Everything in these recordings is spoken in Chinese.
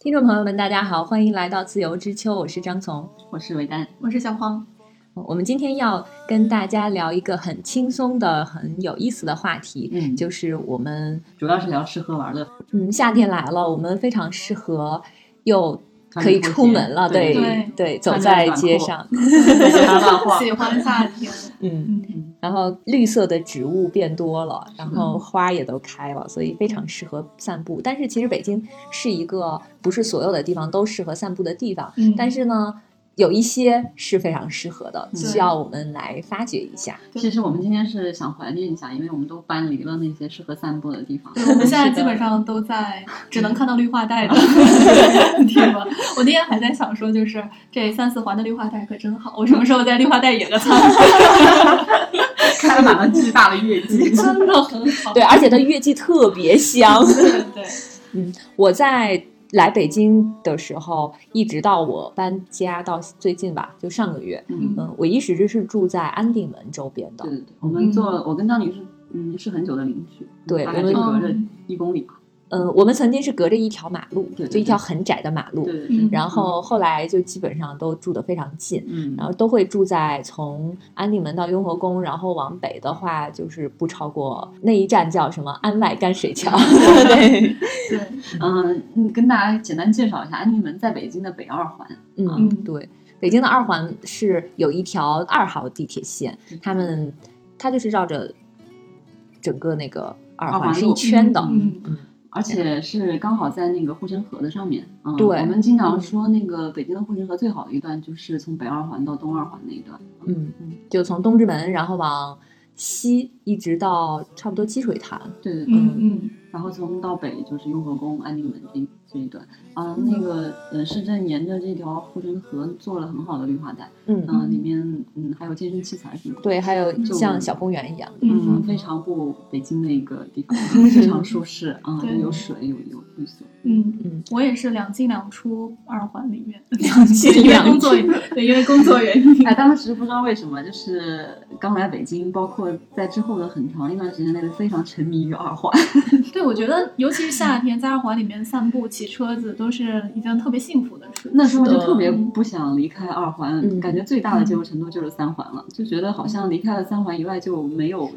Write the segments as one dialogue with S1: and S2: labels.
S1: 听众朋友们，大家好，欢迎来到自由之秋，我是张从。
S2: 我是韦丹，
S3: 我是小黄，
S1: 我们今天要跟大家聊一个很轻松的、很有意思的话题，
S2: 嗯就
S1: 就是我们，
S2: 主要是聊吃喝玩乐，
S1: 嗯，夏天来了，我们非常适合又
S2: 穿
S1: 可以
S2: 着拖
S1: 出
S2: 鞋
S1: 门了，
S2: 对
S1: 对
S3: 对
S1: 走
S2: 穿着
S1: 在
S2: 短
S1: 街
S2: 裤
S1: 上，
S2: 对，他乱晃，
S3: 喜欢夏天。
S1: 嗯。
S3: 嗯，
S1: 然后绿色的植物变多了，
S2: 嗯
S1: 然后花也都开了，所以非常适合散步。但是其实北京是一个不是所有的地方都适合散步的地方，
S3: 嗯
S1: 但是呢，有一些是非常适合的，
S2: 嗯
S1: 需要我们来发掘一下。
S2: 其实我们今天是想怀念一下，因为我们都搬离了那些适合散步的地 方。
S3: 对，我们现在
S1: 是的
S3: 基本上都在只能看到绿化 带的地方。我那天还在想说，就是这三四环的绿化带可真好，我什么时候在绿化带野个餐？
S2: 开满了巨大的月季。
S3: 真的很好。
S1: 对，而且它月季特别香。嗯
S3: 对对，
S1: 我在来北京的时候，一直到我搬家到最近吧，就上个月，
S2: 嗯，
S1: 嗯，我一直是住在安定门周边的
S2: 对。对对，我们坐，我跟张女士，嗯，是很久的邻居，
S1: 对
S2: 大概
S1: 我
S2: 是
S1: 们
S2: 隔着一公里吧。
S1: 嗯，我们曾经是隔着一条马路，
S2: 对对
S1: 就一
S2: 对
S1: 条很窄的马路。
S2: 对对对
S3: 嗯，
S1: 然后后来就基本上都住得非常近，
S2: 嗯，
S1: 然后都会住在从安定门到雍和宫，然后往北的话就是不超过那一站叫什么安外干水桥， 对，
S3: 对，
S2: 嗯嗯，跟大家简单介绍一下，安定门在北京的北二环。
S1: 嗯
S3: 嗯
S1: 对，北京的二环是有一条二号地铁线，他们它就是绕着整个那个二
S2: 二
S1: 环
S2: 环
S1: 是一
S2: 路
S1: 圈的，
S3: 嗯，
S1: 嗯
S2: 而且是刚好在那个护城河的上面，嗯，
S1: 对
S2: 我们经常说那个北京的护城河最好的一段就是从北二环到东二环那一段，
S1: 嗯
S2: 嗯，
S1: 就从东直门然后往西一直到差不多积水潭，
S2: 对对对，
S3: 嗯嗯
S2: 然后从到北就是雍和宫、安定门这一这一段啊、
S3: 嗯
S2: 那个呃市政沿着这条护城河做了很好的绿化带，
S1: 嗯，
S2: 嗯、里面嗯还有健身器材什么的，
S1: 对，还有
S2: 就
S1: 像小公园一样，
S2: 嗯，
S3: 嗯
S2: 非常不北京的一个地 方，非常舒适啊、
S3: 对
S2: 有水有有绿色，
S3: 嗯
S1: 嗯
S3: 嗯，我也是两进两出二环里 面，
S1: 两
S3: 对
S1: 进
S3: 因为
S1: 两
S3: 工作
S1: 出，
S3: 对，因为工作原因。
S2: 哎，当时不知道为什么，就是刚来北京，包括在之后的很长一段时间内，都非常沉迷于二环。
S3: 对，我觉得尤其是夏天，在二环里面散步、骑车子都是一件特别幸福的事。
S2: 那时候就是
S1: 的
S2: 特别不想离开二环，
S1: 嗯
S2: 感觉最大的接受程度就是三环了，就觉得好像离开了三环以外就没有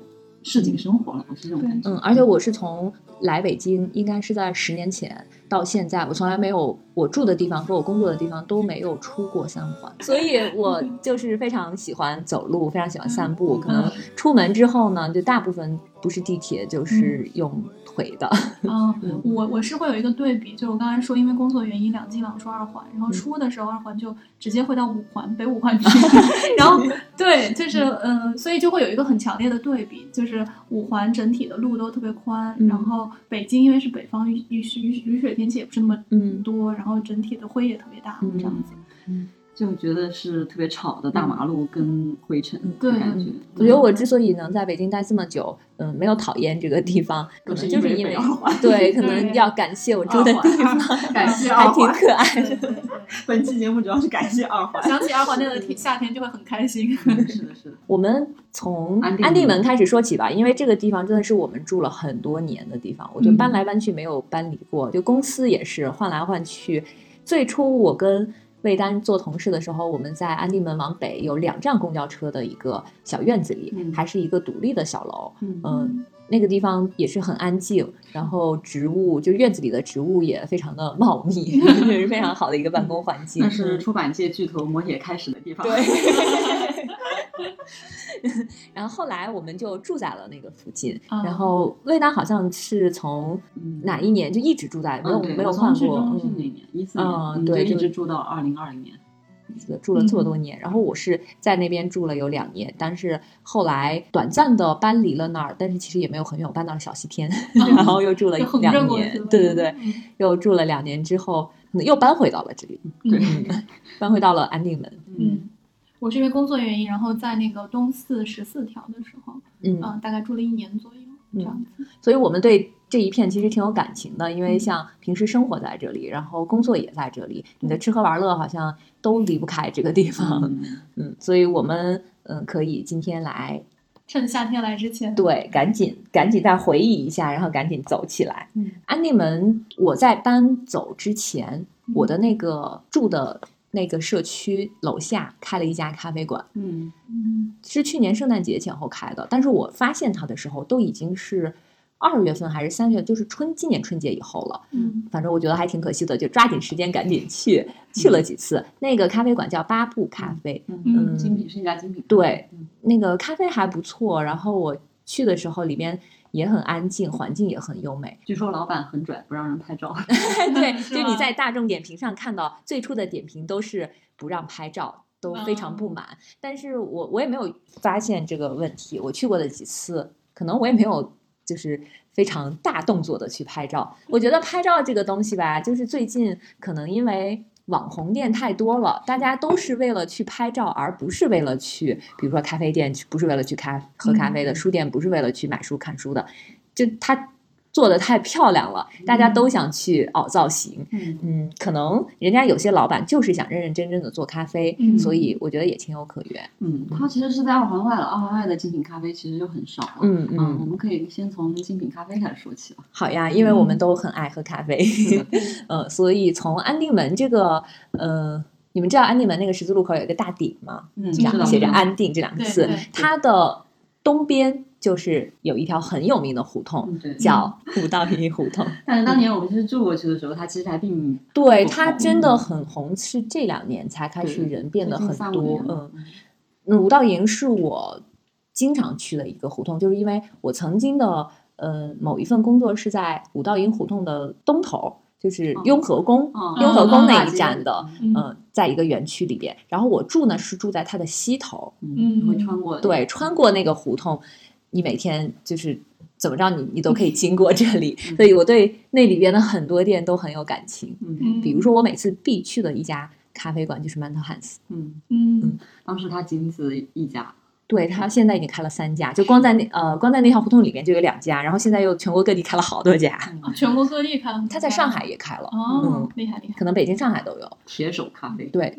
S2: 市井生活了，我是这种感觉。
S1: 嗯，而且我是从来北京，应该是在十年前到现在，我从来没有我住的地方和我工作的地方都没有出过三环，所以我就是非常喜欢走路，非常喜欢散步。可能出门之后呢，就大部分不是地铁就是用腿的。
S3: 啊
S1: 嗯，
S3: 我我是会有一个对比，就是我刚才说，因为工作原因，两进两出二环，然
S1: 嗯
S3: 后出的时候二环就直接会到五环北五 环去，然后对，就是嗯、呃所以就会有一个很强烈的对比，就是五环整体的路都特别宽，
S1: 嗯
S3: 然后北京因为是北方雨雨雨雨水天气也不是那么
S1: 嗯
S3: 多，然后整体的灰也特别大，
S1: 嗯
S3: 这样子，
S2: 就觉得是特别吵的大马路跟灰尘
S1: 嗯
S2: 的
S3: 对
S2: 感觉。嗯
S1: 我觉得我之所以能在北京待这么久，嗯，没有讨厌这个地方，可能就是因为
S2: 都是因为北二环
S1: 对，可能要感谢我住的地方，
S2: 感谢
S1: 还
S2: 二
S1: 挺
S2: 环。
S1: 可爱的。
S3: 对对对，
S2: 本期节目主要是感谢二环。
S3: 想起二环那个天夏天就会很开心，
S2: 嗯 是的，是的。
S1: 我们从
S2: 安定门
S1: 安定门开始说起吧，因为这个地方真的是我们住了很多年的地方，我就
S3: 嗯
S1: 搬来搬去没有搬离过，就公司也是换来换去。最初我跟魏丹做同事的时候，我们在安定门往北有两站公交车的一个小院子里，
S2: 嗯
S1: 还是一个独立的小楼，
S2: 嗯
S1: 嗯。 那个地方也是很安静，然后植物就院子里的植物也非常的茂密， 也是非常好的一个办公环境。嗯
S2: 那是出版界巨头磨铁开始的地方。
S1: 对。 然后后来我们就住在了那个附近，
S3: 啊
S1: 然后魏丹好像是从
S2: 嗯，
S1: 哪一年就一直住在，没有、
S2: 嗯对
S1: 没有
S2: 我从
S1: 换
S2: 去
S1: 过，
S2: 中是
S1: 嗯，
S2: 哪年？一四年，
S1: 嗯
S2: 嗯
S1: 对
S2: 就一
S1: 就
S2: 直住到二零二零年。
S1: 嗯住了这么多年。然后我是在那边住了有两年，但是后来短暂的搬离了那儿，但是其实也没有很远，我搬到了小西天，然后又住了
S3: 就横着
S1: 呃两
S3: 过
S1: 年
S3: 去了，嗯
S1: 对对对，又住了两年之后，可能又搬回到了这里，
S2: 对，
S1: 搬回到了安定门，
S3: 嗯，我是因为工作原因，然后在那个东四十四条的时候，
S1: 嗯
S3: 嗯、大概住了一年左右，这样子。
S1: 所以我们对这一片其实挺有感情的，因为像平时生活在这里，然后工作也在这里，你的吃喝玩乐好像都离不开这个地方。
S2: 嗯
S1: 嗯，所以我们嗯可以今天来，
S3: 趁夏天来之前，
S1: 对，赶紧赶紧再回忆一下，然后赶紧走起来。
S3: 嗯
S1: 安定门，我在搬走之前，我的那个住的那个社区楼下开了一家咖啡馆，
S2: 嗯
S3: 嗯
S1: 是去年圣诞节前后开的，但是我发现它的时候都已经是二月份还是三月，就是春今年春节以后了。
S3: 嗯
S1: 反正我觉得还挺可惜的，就抓紧时间赶紧去，去了几次。那个咖啡馆叫八步咖啡，
S2: 嗯，
S3: 嗯
S2: 精品是一家精品，
S1: 对
S2: 嗯，
S1: 那个咖啡还不错。然后我去的时候，里边也很安静，环境也很优美。
S2: 据说老板很拽，不让人拍照，
S1: 对，
S3: 嗯是
S1: 就
S3: 吗
S1: 你在大众点评上看到最初的点评都是不让拍照，都非常
S3: 嗯
S1: 不满。但是我我也没有发现这个问题，我去过的几次，可能我也没有就是非常大动作的去拍照。我觉得拍照这个东西吧，就是最近可能因为。网红店太多了，大家都是为了去拍照，而不是为了去，比如说咖啡店，不是为了去咖喝咖啡的，
S3: 嗯
S1: 书店不是为了去买书看书的，就它做的太漂亮了，大家都想去凹造型。
S2: 嗯
S1: 嗯，可能人家有些老板就是想认认真真的做咖啡，
S3: 嗯
S1: 所以我觉得也情有可原。
S2: 嗯，它其实是在二环外了，二环外的精品咖啡其实就很少了，
S1: 嗯
S2: 嗯，我
S1: 嗯，
S2: 们可以先从精品咖啡开始说起吧，
S1: 好呀，因为我们都很爱喝咖啡，嗯，所以从安定门这个，呃，你们知道安定门那个十字路口有一个大鼎吗？
S2: 嗯，
S1: 这
S2: 是的
S1: 样写着“
S2: 嗯
S1: 安定”这两个
S3: 对
S1: 字
S3: 对，
S1: 它的东边就是有一条很有名的胡同，
S2: 嗯对，
S1: 叫五道营胡同。
S2: 但是当年我们是住过去的时候，它其实还并
S1: 对，
S2: 不
S1: 它
S2: 红
S1: 真的很红，是这两年才开始
S2: 对
S1: 人变得
S2: 最近
S1: 很
S2: 三五
S1: 多
S2: 年。
S1: 嗯
S2: 了，
S1: 嗯五道营是我经常去的一个胡同，就是因为我曾经的呃某一份工作是在五道营胡同的东头，就是
S2: 哦
S1: 雍和宫，
S2: 嗯
S1: 雍和宫那一
S2: 嗯
S1: 站的，
S3: 嗯
S1: 呃，在一个园区里边。然后我住呢是住在它的西头，
S2: 嗯，会穿过，
S1: 对，穿过那个胡同，你每天就是怎么着你你都可以经过这里，所以我对那里边的很多店都很有感情。
S2: 嗯
S3: 嗯，
S1: 比如说我每次必去的一家咖啡馆就是馒头汉斯，
S2: 嗯，
S3: 嗯
S2: 当时它仅此一家，
S1: 对他现在已经开了三家，就光在那呃光在那条胡同里面就有两家，然后现在又全国各地开了好多家，
S2: 嗯
S3: 啊全国各地开了很多
S1: 他在
S3: 家
S1: 上海嗯也开了，
S3: 哦，厉害厉害，
S1: 可能北京、上海都有，
S2: 铁手咖啡，
S1: 对，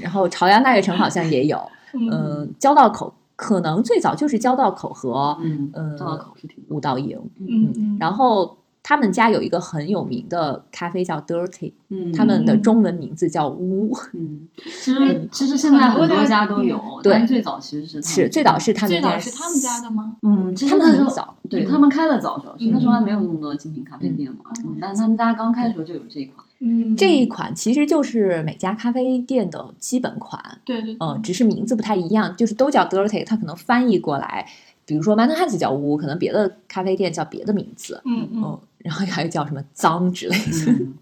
S1: 然后朝阳大悦城好像也有，
S3: 嗯
S1: 嗯，交道口可能最早就是交道口和
S2: 嗯
S1: 嗯
S2: 到了口是挺多，
S1: 五道营，
S3: 嗯嗯，
S1: 然后。他们家有一个很有名的咖啡叫 Dirty，
S2: 嗯，
S1: 他们的中文名字叫乌，
S2: 嗯，其实其实现在很多家都有，
S1: 对
S2: 但最早其实是他们
S1: 是最早是他们
S3: 最
S1: 家，
S3: 早是他们家的吗？
S2: 嗯，其实
S1: 他们
S2: 那时
S1: 很
S2: 候
S1: 早，
S2: 对
S1: 嗯
S2: 他们开的早，主要是那时候
S3: 嗯
S2: 还没有那么多精品咖啡店嘛，
S3: 嗯
S2: 嗯但他们家刚开的时候就有这一 款，
S3: 嗯，
S1: 这一款其实就是每家咖啡店的基本款，
S3: 对对，对
S1: 嗯，只是名字不太一样，就是都叫 dirty，它可能翻译过来，比如说 Manhattan 叫屋，可能别的咖啡店叫别的名字，
S3: 嗯嗯
S1: 嗯，然后还有叫什么脏之类的，
S2: 嗯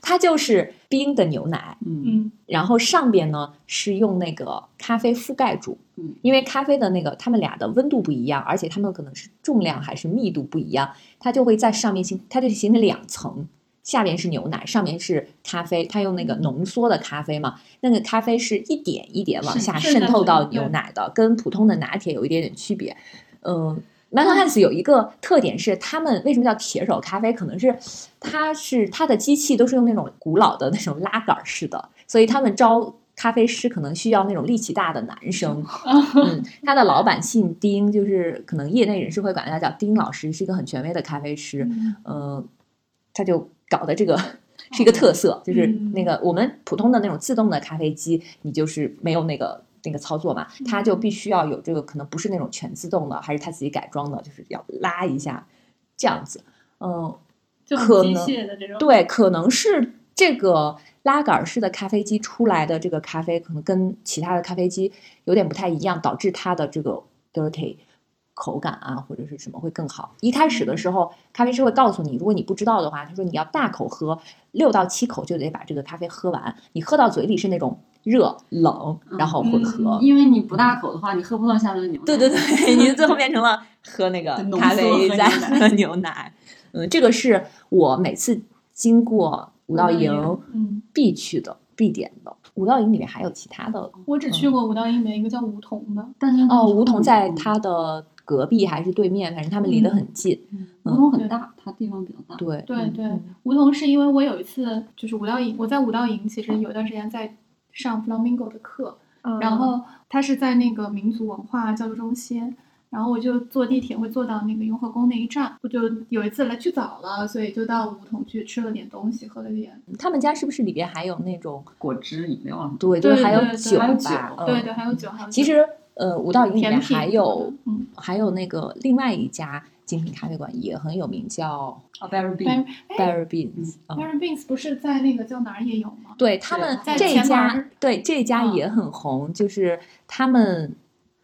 S1: 它就是冰的牛奶，
S2: 嗯
S3: 嗯
S1: 然后上边呢是用那个咖啡覆盖住，
S2: 嗯
S1: 因为咖啡的那个它们俩的温度不一样，而且它们可能是重量还是密度不一样，它就会在上面形，它就形成两层，下面是牛奶，上面是咖啡，它用那
S3: 嗯
S1: 个浓缩的咖啡嘛，那个咖啡是一点一点往
S3: 是
S1: 下
S3: 渗
S1: 渗
S3: 下
S1: 透
S3: 去
S1: 到
S3: 的嗯
S1: 牛
S3: 对
S1: 奶的，跟普通的拿铁有一点点区别，嗯。m a n h a n s 有一个特点是，他们为什么叫铁手咖啡？可能是它是它的机器都是用那种古老的那种拉杆式的，所以他们招咖啡师可能需要那种力气大的男生。嗯，他的老板姓丁，就是可能业内人士会管他叫丁老师，是一个很权威的咖啡师。
S3: 嗯
S1: 嗯，他就搞的这个是一个特色，就是
S3: 嗯
S1: 那个我们普通的那种自动的咖啡机，你就是没有那个那个操作嘛，它就必须要有这个，可能不是那种全自动的，还是他自己改装的，就是要拉一下这样子。嗯，
S3: 就很
S1: 可
S3: 机
S1: 能
S3: 械的这种，
S1: 对，可能是这个拉杆式的咖啡机出来的这个咖啡，可能跟其他的咖啡机有点不太一样，导致它的这个 dirty 口感啊，或者是什么会更好。一开始
S2: 嗯
S1: 的时候，咖啡师会告诉你，如果你不知道的话，他说你要大口喝，六到七口就得把这个咖啡喝完。你喝到嘴里是那种热冷，
S2: 嗯
S1: 然后混合。
S2: 因为你不大口的话，你喝不到下面的牛奶，
S1: 嗯 对对对，你最后变成了喝那个
S2: 浓缩
S1: 咖啡
S2: 喝
S1: 再
S2: 牛奶
S1: 喝牛奶。嗯，这个是我每次经过五道营
S3: 嗯，
S1: 必去的、必点的。五道营里面还有其他的
S3: 我只去过五道营里面一个叫梧桐的，
S2: 但是嗯
S1: 哦，梧
S3: 嗯
S1: 桐在它的隔壁还是对面，反正他们离得很近。
S2: 梧桐很大，它地方比较大，
S1: 对，
S3: 对对
S1: 嗯，
S3: 梧桐是因为我有一次就是五道营，我在五道营其实有段时间在哦
S1: 嗯
S3: 上 flamingo 的课，然后他是在那个民族文化教育中心，然后我就坐地铁会坐到那个雍和宫那一站，我就有一次来去早了，所以就到梧桐去吃了点东西，喝了点，
S1: 他们家是不是里边还有那种
S2: 果汁饮料啊，
S1: 对，就
S3: 对
S1: 是还有
S3: 对对
S1: 酒
S3: 还有
S1: 吧？
S2: 酒
S3: 对
S1: 嗯
S3: 对，还有酒，还有
S1: 其
S3: 酒
S1: 实呃，五道营里面
S3: 甜品
S1: 还有
S3: 嗯，
S1: 还有那个另外一家精品咖啡馆也很有名，叫
S2: 啊 b e r r y
S3: 哦
S2: Bean，
S3: Berry-
S1: b a r r y Beans 啊
S3: m a r y Beans 不是在那个叫哪儿也有吗？
S1: 对他们
S3: 嗯在
S1: 这一
S3: 前门
S1: 家
S3: 儿，
S1: 对这一家
S3: 嗯
S1: 也很红，就是他们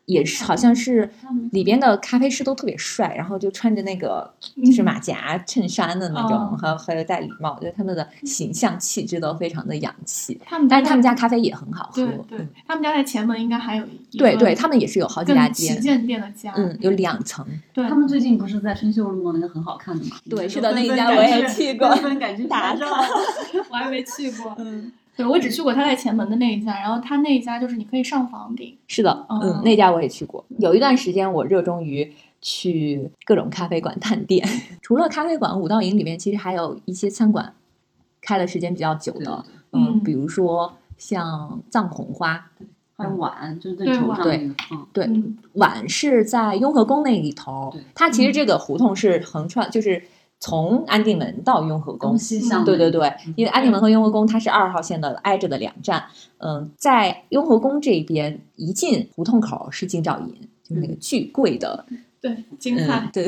S1: 也是好像是里边的咖啡师都特别帅，然后就穿着那个就是马甲衬衫的那种，
S3: 嗯
S1: 还有还有戴礼帽，就是他们的形象气质都非常的洋气。
S3: 他们
S1: 但
S3: 家
S1: 是他们家咖啡也很好喝
S3: 嗯对，对
S1: 嗯，
S3: 他们家在前门应该还有一
S1: 对
S3: 个
S1: 对，他们也是有好几家
S3: 更旗
S1: 店，
S3: 舰店的家，
S1: 嗯，有两层，
S3: 对
S2: 他们最近不是在春秀路弄了一个很好看的吗？
S1: 对
S2: 就是
S1: 的那一
S2: 纷纷
S1: 家
S2: 赶
S1: 我也
S2: 去
S1: 去过
S2: 纷纷赶去
S1: 打
S2: 拍照。
S3: 我还没去过。
S1: 嗯，
S3: 对，我只去过他在前门的那一家，然后他那一家就是你可以上房顶，
S1: 是的，
S3: 哦
S1: 嗯，那家我也去过。有一段时间，我热衷于去各种咖啡馆探店。 除了咖啡馆，五道营里面其实还有一些餐馆，开的时间比较久
S2: 对
S1: 的，
S3: 对
S1: 嗯，
S3: 嗯
S1: 比如说像藏红花
S2: 还有碗，就是在
S3: 对
S2: 头
S3: 碗
S2: 上那个，嗯，
S1: 嗯对
S3: 嗯，
S1: 碗是在雍和宫那一头
S2: 对，
S1: 它其实这个胡同是横穿，就是从安定门到雍和宫
S2: 东。西向
S1: 对对
S2: 的
S1: 对，因为安定门和雍和宫它是二号线的挨着的两站，嗯，在雍和宫这边一进胡同口是金兆尹，就是那个巨贵的，
S3: 对，金
S1: 嗯
S3: 泰，，
S1: 对，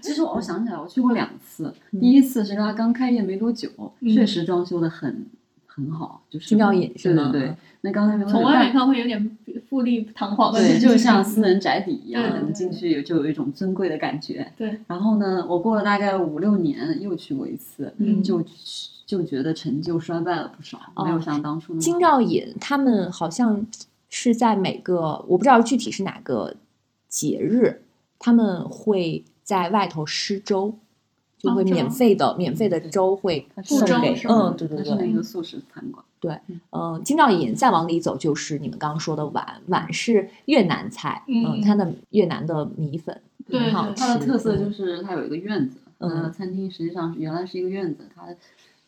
S2: 其实我想起来，我去过两次。
S1: 嗯
S2: 第一次是它刚开业没多久，
S3: 嗯
S2: 确实装修的很很好，就是
S1: 金兆尹是
S2: 对
S1: 吗
S2: 对对，那刚开没多久
S3: 从外面
S2: 但
S3: 看会有点富丽堂皇的感
S2: 对，
S3: 觉，
S2: 就像私人宅邸一
S3: 对对
S2: 样，
S3: 对
S2: 你进去就有一种尊贵的感觉。
S3: 对，
S2: 然后呢，我过了大概五六年又去过一次，
S1: 嗯
S2: 就就觉得陈旧衰败了不少，
S1: 哦
S2: 没有像当初那么
S1: 金兆尹他们好像是在每个我不知道具体是哪个节日，他们会在外头施粥，就会
S3: 哦这样
S1: 免费的、免费的粥会
S2: 它是
S1: 送
S3: 粥
S1: 给
S3: 是吗
S1: 嗯对对
S2: 它
S1: 对
S2: 是。那个素食餐馆，
S1: 嗯，金兆尹再往里走就是你们刚刚说的碗，碗是越南菜，
S3: 嗯
S1: 嗯，它的越南的米粉
S3: 对
S1: 很好
S3: 对
S1: 吃，
S2: 它的特色
S1: 嗯
S2: 就是它有一个院子，
S1: 嗯
S2: 呃，餐厅实际上是原来是一个院子，它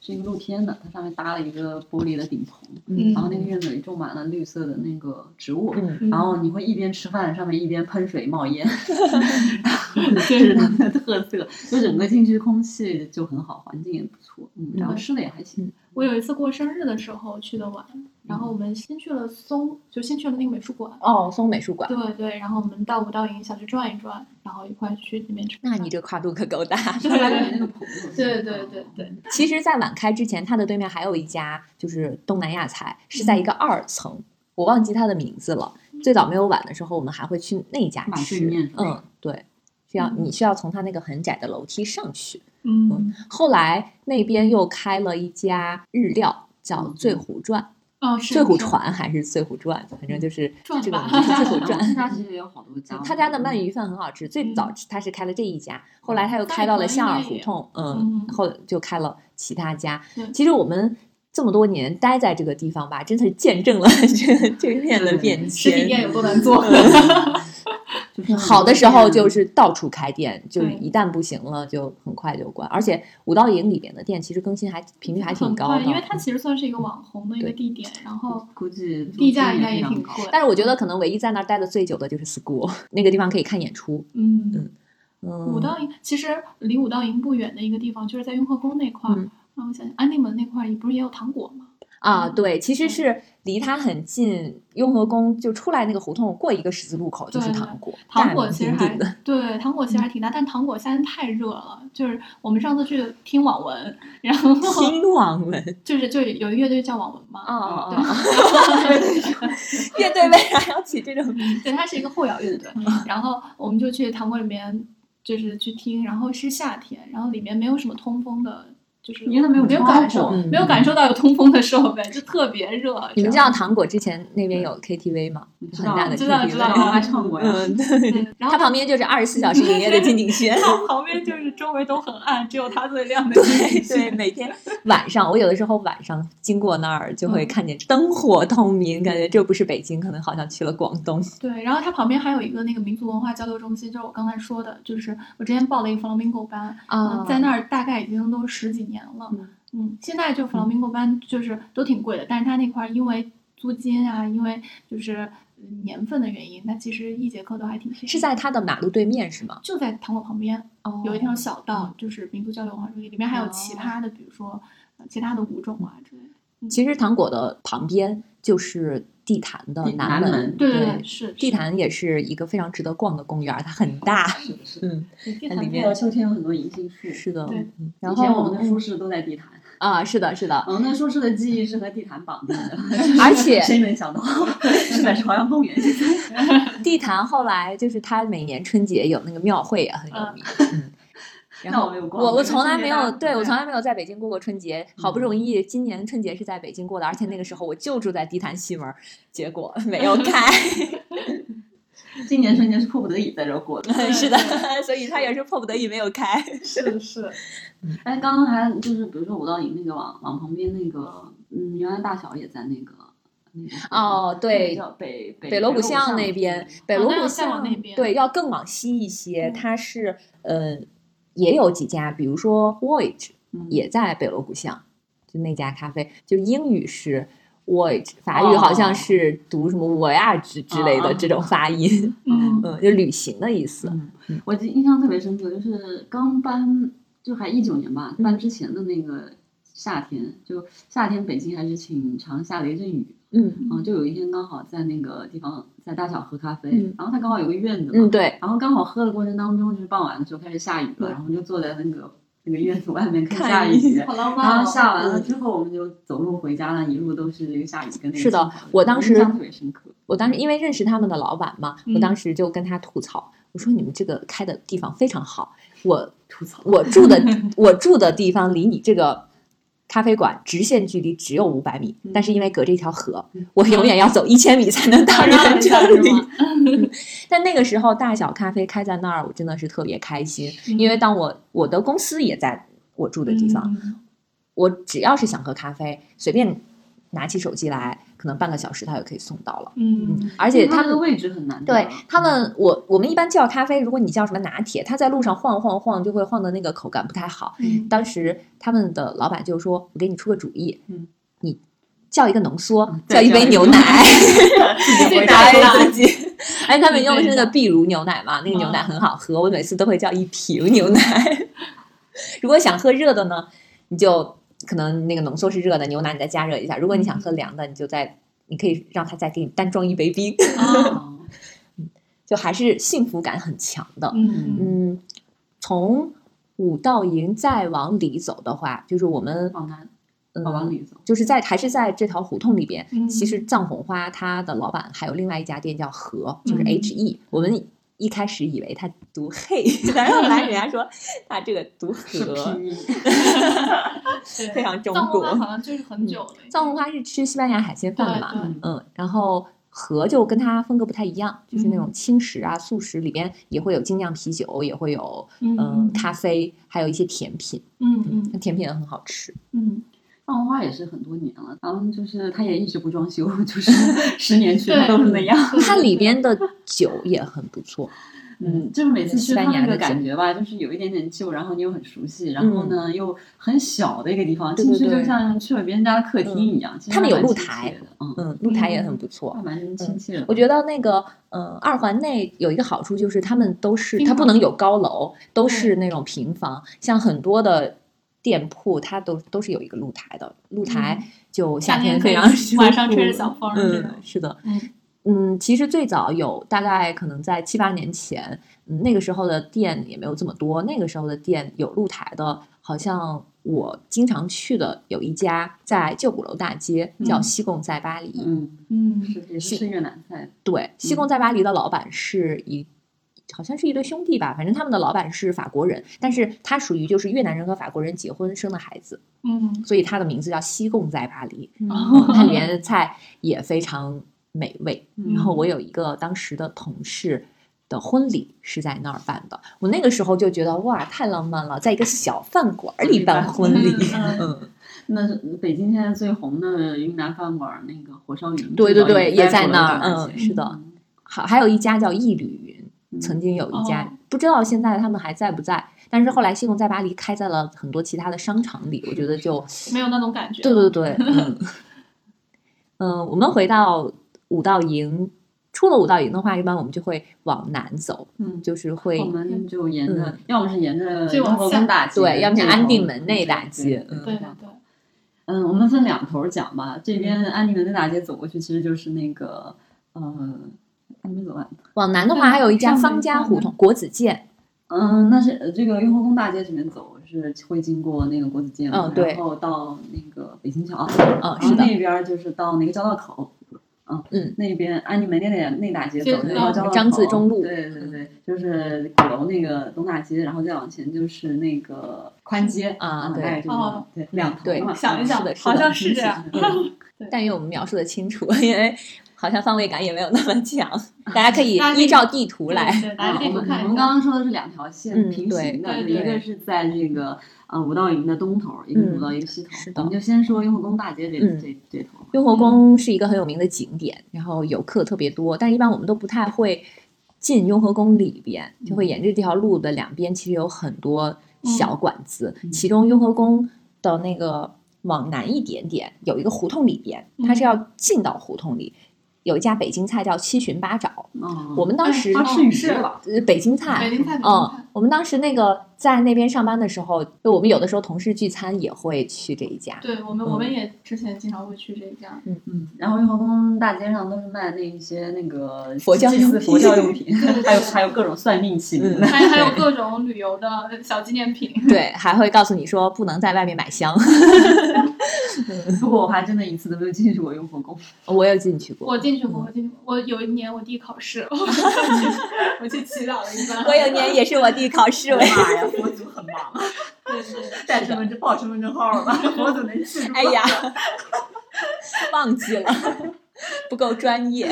S2: 是一个露天的，它上面搭了一个玻璃的顶棚，
S1: 嗯
S2: 然后那个院子里种满了绿色的那个植物，
S1: 嗯，
S3: 嗯
S2: 然后你会一边吃饭，上面一边喷水冒 烟，这是
S3: 对
S2: 他们的特色。就整个进去空气就很好，环境也不错，嗯，然后吃的也还行。
S1: 嗯
S3: 我有一次过生日的时候去的晚，然后我们先去了松，就先去了那个美术馆，
S1: 哦，松美术馆，
S3: 对对，然后我们到五道营小区转一转，然后一块去那边吃饭。
S1: 那你这跨度可够大。
S2: 就外面那个朋友，
S3: 对对
S2: 嗯
S3: 对对，
S1: 其实，在晚开之前，它的对面还有一家就是东南亚菜，是在一
S3: 嗯
S1: 个二层，我忘记它的名字了。最早没有碗的时候，我们还会去那家
S2: 马
S1: 吃
S2: 对面。是吧
S1: 嗯，对，需要
S3: 嗯
S1: 你需要从它那个很窄的楼梯上去。
S3: 嗯，
S1: 后来那边又开了一家日料，叫醉虎传、
S3: 哦嗯是
S1: 醉虎
S3: 是
S1: 船还是醉虎传，反正就是
S3: 转
S1: 这个
S3: 吧
S1: 名字醉虎
S2: 然后
S1: 传。
S2: 他家其实也有好多
S3: 哦
S2: 家，嗯
S1: 他家的鳗鱼饭很好吃，最
S3: 嗯
S1: 早他是开了这一家，
S3: 哦
S1: 后来他又开到了象耳胡同，嗯
S3: 嗯，
S1: 后就开了其他家。
S3: 对
S1: 其实我们这么多年待在这个地方吧，真的是见证了 这个这个店的变
S3: 实体店
S1: 迁。
S3: 有多难做？
S2: 嗯 就是
S1: 好的时候就是到处开店，就是
S3: 啊对
S1: 一旦不行了就很快就关。而且五道营里边的店其实更新还频率还挺
S3: 很
S1: 高
S3: 快，
S1: 的，嗯
S3: 因为它其实算是一个网红的一个地点，然后
S2: 估计
S3: 地价
S1: 嗯
S3: 应该也
S2: 租金
S3: 挺
S2: 非常高
S3: 贵。
S1: 但是我觉得可能唯一在那儿待的最久的就是 school 那个地方可以看演出。
S3: 嗯，
S1: 嗯，
S3: 五道营其实离五道营不远的一个地方，就是在雍和宫那块儿。
S1: 嗯
S3: 然后我想想安定门那块儿，不是也有糖果吗？
S1: 啊，
S3: 嗯
S1: 对，其实
S3: 对
S1: 是离它很近，雍和宫就出来那个胡同，过一个十字路口就是
S3: 对
S1: 糖果，
S3: 糖
S1: 大
S3: 果
S1: 名
S3: 其实
S1: 鼎
S3: 还
S1: 鼎的。嗯
S3: 对，糖果其实还挺大，但糖果夏天太热了。就是我们上次去听网文，然 后
S1: 听网文
S3: 就是就有一乐队叫网文嘛，
S1: 啊，
S3: 对
S1: 乐队为啥要起这 种名？
S3: 对，它是一个 后摇乐队。然后我们就去糖果里面，就是去听，然后是夏天，然后里面没有什么通风的，就是
S2: 因为它没有
S3: 没有
S2: 窗
S3: 感
S2: 户
S3: 受，
S1: 嗯
S3: 没有感受到有通风的设备，就特别热。
S1: 你们知
S3: 这样
S1: 道糖果之前那边有 KTV 吗？
S2: 知
S1: 很
S2: 道
S1: 大的
S3: 知道
S1: KTV，
S3: 知道
S2: 我还唱
S3: 啊
S2: 过呀。
S1: 嗯， 对，
S3: 对然
S1: 它
S3: 后
S1: 旁边就是二十四小时营业的金鼎 轩。
S3: 它旁边就是周围都很暗，只有它最亮的地区。
S1: 对，每天晚上，我有的时候晚上经过那儿，就会
S3: 嗯
S1: 看见灯火通明，感觉这不是北京，可能好像去了广东。
S3: 对，然后它旁边还有一个那个民族文化交流中心，就是我刚才说的，就是我之前报了一个 flamingo 班，呃
S1: 啊
S3: 哦在那儿大概已经都十几年了，
S2: 嗯
S3: 嗯，现在就 flamingo 班就是都挺贵的，但是它那块儿因为租金啊，因为就是年份的原因，那其实一节课都还挺便宜。
S1: 是在它的马路对面是吗？
S3: 就在糖果旁边，
S1: 哦
S3: 有一条小道，就是民族交流文化中心，里面还有其他的，比如说呃其他的舞种啊之类的。
S1: 其实糖果的旁边就是地坛的
S2: 地
S1: 南
S2: 南门
S3: 对
S1: 对
S3: 对，是
S1: 地。坛也是一个非常值得逛的公园，它很大。
S2: 是的是的。
S1: 嗯，
S3: 是地
S1: 它
S3: 坛
S1: 里面
S3: 还有
S2: 呃，秋天有很多银杏树，
S1: 是的。
S3: 对
S1: 嗯然
S2: 以前我
S1: 后
S2: 们的书室都在地坛，
S1: 啊，是的，是 的，
S2: 我们的书室的记忆是和地坛绑定的，
S1: 而且
S2: 谁能想到是在朝阳公园？
S1: 地坛后来就是它每年春节有那个庙会也很 有名。嗯， 然
S2: 那
S1: 后
S2: 我没有逛过，
S1: 我我从来没有，对我从
S2: 来
S1: 来没有在北京过过春节，
S2: 嗯
S1: 好不容易今年春节是在北京过的，而且那个时候我就住在地坛西门儿，结果没有开，
S2: 今年春节是迫不得已在这儿过的。
S1: 是的，所以他也是迫不得已没有开。
S2: 嗯
S3: 是是，
S2: 哎，刚刚还就是比如说五道营那个往往旁边那个，嗯，原来大小也在那个那个地方，
S1: 哦，
S2: 那个
S1: 对，
S2: 叫北北
S1: 北
S2: 锣
S1: 锣鼓巷那边，北
S3: 哦
S1: 锣
S3: 那
S1: 鼓
S3: 要再
S1: 巷
S3: 往那边
S1: 对，要更往西一些，
S3: 嗯
S1: 它是呃也有几家，比如说 Voyage
S2: 嗯
S1: 也在北锣鼓巷，就那家咖啡，就英语是 Voyage，法语好像
S2: 哦
S1: 是读什么 voyage 之类的
S2: 哦
S1: 这种发音，
S3: 嗯，
S1: 嗯，就旅行的意思。
S2: 嗯，我记印象特别深刻，就是刚搬，就还一九年吧，搬之前的那个夏天，就夏天北京还是挺常下雷阵雨，
S1: 嗯
S2: 嗯，就有一天刚好在那个地方，在大小喝咖啡，
S1: 嗯
S2: 然后它刚好有个院子嘛，
S1: 嗯，对，
S2: 然后刚好喝的过程当中，就是傍晚的时候开始下雨了，
S1: 嗯
S2: 然后我们就坐在那个那个院子外面看
S1: 看
S2: 下
S1: 雨
S2: 雨。
S3: 好浪漫、哦。
S2: 然后下完
S1: 嗯
S2: 了之后，我们就走路回家了，一路都是这个下雨跟那个
S1: 是的
S2: 清晨
S1: 我当时
S2: 印象特别深刻。
S1: 我当时因为认识他们的老板嘛，
S3: 嗯
S1: 我当时就跟他吐槽，我说你们这个开的地方非常好，我
S2: 吐槽
S1: 我住的我住的地方离你这个咖啡馆直线距离只有五百米，
S2: 嗯
S1: 但是因为隔着一条河
S2: 嗯，
S1: 我永远要走一千米才能到你们这里。嗯但那个时候大小咖啡开在那儿，我真的是特别开心，
S3: 嗯
S1: 因为当我我的公司也在我住的地方，
S3: 嗯
S1: 我只要是想喝咖啡，随便拿起手机来，可能半个小时它就可以送到了。
S3: 嗯，
S1: 嗯，而且
S2: 它
S1: 他
S2: 那个
S1: 们
S2: 位置很难得。
S1: 对他们，我我们一般叫咖啡，如果你叫什么拿铁，它在路上晃晃晃，就会晃的那个口感不太好。
S3: 嗯
S1: 当时他们的老板就说：“我给你出个主意，
S2: 嗯，
S1: 你叫一个浓缩
S2: 嗯，
S1: 叫
S2: 再
S1: 一
S2: 叫
S1: 杯
S2: 一
S1: 牛
S2: 个
S1: 奶，
S2: 自己回
S1: 答
S2: 答
S1: 应
S2: 一下
S1: 自 己。”哎，他们用的是那个
S3: 对
S2: 嗯
S3: 的
S1: 碧如牛奶嘛，那个牛奶
S3: 哦
S1: 很好喝，我每次都会叫一瓶牛奶。 如果想喝热的呢，你就可能那个浓缩是热的，牛奶你再加热一下；如果你想
S2: 嗯
S1: 喝凉的，你就再你可以让他再给你单装一杯冰。
S3: 啊，
S2: 哦
S1: 就还是幸福感很强的。
S3: 嗯嗯
S1: 嗯，从五道营再往里走的话，就是我们
S2: 往南，哦往
S1: 嗯，
S2: 里走。
S1: 就是在还是在这条胡同里边。
S3: 嗯
S1: 其实藏红花它的老板还有另外一家店叫和，就是
S3: 嗯
S1: H E。我们一开始以为它读 hey，然后后来人家 说它这个读
S2: 是
S1: 和。
S2: 拼 音，
S3: 对
S1: 非常中
S3: 藏红
S1: 国
S3: 花好像就是很久了。
S1: 藏红花是吃西班牙海鲜饭的
S3: 对
S1: 嘛？
S3: 对，
S1: 嗯，然后和就跟它风格不太一样，就是那
S3: 嗯
S1: 种轻食啊、素食里边也会有精酿啤酒，也会有嗯
S3: 嗯
S1: 咖啡，还有一些甜品，
S3: 嗯嗯
S1: 那甜品也很好吃。
S3: 嗯，
S2: 藏红花也是很多年了，然后就是它也一直不装修， 就是十年去了
S3: 对
S2: 都是那样。
S3: 对
S1: 它里。
S3: 对对
S1: 边的酒也很不错，
S2: 嗯，就是每次去它
S1: 西班牙
S2: 那
S1: 的
S2: 个
S1: 酒
S2: 感觉吧，就是有一点点旧，然后你又很熟悉，然后呢又很小的一个地方，
S1: 嗯对
S2: 进
S1: 对
S2: 去
S1: 对嗯
S2: 就像去了别人家的客厅一样。其实
S1: 他们
S2: 还
S1: 有
S2: 蛮
S1: 露
S2: 亲切
S1: 台
S2: 的，嗯，
S1: 嗯，露台也很不错
S2: 还。蛮亲切的。
S1: 我觉得那个，嗯，二环内有一个好处就是，他们都是
S3: 平
S1: 它不
S3: 房
S1: 能有高楼，都是那种平房。像很多的店铺，它都都是有一个露台的，露台就夏
S3: 嗯夏天可
S1: 非
S3: 以
S1: 常舒
S3: 晚上
S1: 服
S3: 吹着小风这
S1: 嗯
S3: 种，
S1: 是的，
S3: 嗯
S1: 嗯，其实最早有大概可能在七八年前，嗯那个时候的店也没有这么多。那个时候的店有露台的，好像我经常去的有一家在旧鼓楼大街，叫
S3: 嗯
S1: 西贡在巴黎。
S2: 嗯，
S3: 嗯
S2: 是也是吃越南菜的，
S1: 对，西贡在巴黎的老板是一。好像是一对兄弟吧，反正他们的老板是法国人，但是他属于就是越南人和法国人结婚生的孩子，
S3: 嗯
S1: 所以他的名字叫西贡在巴黎。
S3: 嗯
S1: 它里面的菜也非常美味。
S2: 嗯
S1: 然后我有一个当时的同事的婚礼是在那儿办的，我那个时候就觉得哇，太浪漫了，在一个小饭馆儿里办婚礼。
S3: 嗯
S1: 嗯，
S2: 那是北京现在最红的云南饭馆那个火烧云，
S1: 对对对也在
S2: 在
S1: 那儿嗯是的好，还有一家叫一缕云，
S2: 嗯
S1: 曾经有一家
S3: 哦，
S1: 不知道现在他们还在不在。但是后来西贡在巴黎开在了 很多其他的商场里，我觉得就，
S3: 啊没有那种感觉。
S1: 对对对，嗯，嗯，我们回到五道营，出了五道营的话，一般我们就会往南走，
S2: 嗯，
S1: 就是会
S2: 我们就沿着
S1: 嗯，
S2: 要么是沿着
S3: 就往
S2: 后宫
S3: 下
S2: 大街，
S1: 对要么是
S2: 这种
S1: 安定门内大街
S2: 对对
S3: 对
S2: 对
S3: 对对，
S2: 嗯，我们分两头儿讲吧。
S1: 嗯
S2: 这边安定门内大街走过去，其实就是那个呃，安定门走完。
S1: 往南的话，
S3: 对
S1: 还有一家
S3: 上
S1: 方
S3: 北
S1: 家
S3: 方
S1: 胡
S3: 的
S1: 同国子监，
S2: 嗯，那是呃这个雍和宫大街这边走是会经过那个国子监嘛，
S1: 嗯对
S2: 然后到那个北新桥，
S1: 嗯，
S2: 然
S1: 是的，
S2: 后
S3: 哦
S2: 那边儿就是到那个交道口，嗯
S1: 嗯，
S2: 那边安定门那那那大街
S3: 就
S2: 走那
S3: 是
S2: 个
S3: 到
S2: 交道
S1: 张自
S2: 口
S1: 忠路
S2: 对对对，就是鼓楼那个东大街，然后再往前就是那个宽街
S1: 啊
S2: 大
S1: 对
S2: 概就是
S3: 哦
S2: 对两头
S1: 对
S2: 嘛，
S3: 想一
S2: 嗯
S3: 想
S1: 是的，
S3: 好
S1: 是的
S3: 像是这样。
S1: 但愿我们描述的清楚，因为好像方位感也没有那么强，
S3: 啊
S1: 大家可以
S3: 大家可以
S1: 依照地图
S3: 对
S1: 来。
S3: 对，大
S2: 啊，
S3: 家可以
S2: 我
S3: 不
S2: 们
S3: 哎
S2: 我
S3: 看一
S2: 们
S3: 下
S2: 刚。刚说的是两条线
S1: 嗯
S2: 平行的，
S3: 对
S2: 就
S3: 对
S2: 一个
S1: 对
S2: 是在这个呃五道营的东头，一个是五道营西头。
S1: 嗯是的
S2: 我们就先说雍和宫大街这
S1: 嗯
S2: 这这头吧。
S1: 雍和宫是一个很有名的景点，然后游客特别多，但一般我们都不太会进雍和宫里边，就
S3: 嗯
S1: 会沿着这条路的两边其实有很多小馆子，
S2: 嗯
S1: 其中雍和宫的那个往南一点点有一个胡同里边，它
S3: 嗯
S1: 是要进到胡同里，有一家北京菜叫七旬八爪，
S2: 哦，
S1: 我们当时
S2: 它
S3: 嗯哎
S2: 吃鱼
S3: 是
S2: 了吧？
S1: 呃北京菜
S3: 北京菜，北京菜
S1: 嗯，我们当时那个在那边上班的时候，就我们有的时候同事聚餐也会去这一家。
S3: 对我们，我们也之前经常会去这一家。
S2: 嗯，然后雍和宫大街上都是卖那一些那个
S1: 佛教
S2: 祭
S1: 用
S2: 祀
S1: 品
S2: 佛教用品，
S3: 对对对
S2: 还有还有各种算命器
S1: 嗯
S2: 的。
S3: 还还有各种旅游的小纪念品，
S1: 对，还会告诉你说不能在外面买香。
S2: 不过我还真的一次都没有进去过雍和宫。
S1: 哦我有进去过，
S3: 我进去过，我进去过。我有一年我弟考试，我去我去 祈祷了一番。
S1: 我有年也是我弟考试
S2: 妈
S1: 为。
S2: 呀，佛祖很忙，
S3: 对对
S2: 带身份证报身份证号了吧？佛祖能记 住。
S1: 哎呀， 忘记了，不够专业。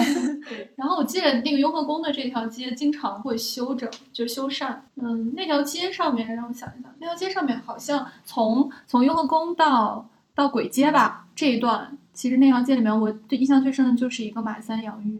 S3: 对。然后我记得那个雍和宫的这条街经常会修整，就修缮。嗯，那条街上面让我想一想，那条街上面好像从从雍和宫到到簋街吧这一段，其实那条街里面我对印象最深的就是一个马三洋芋，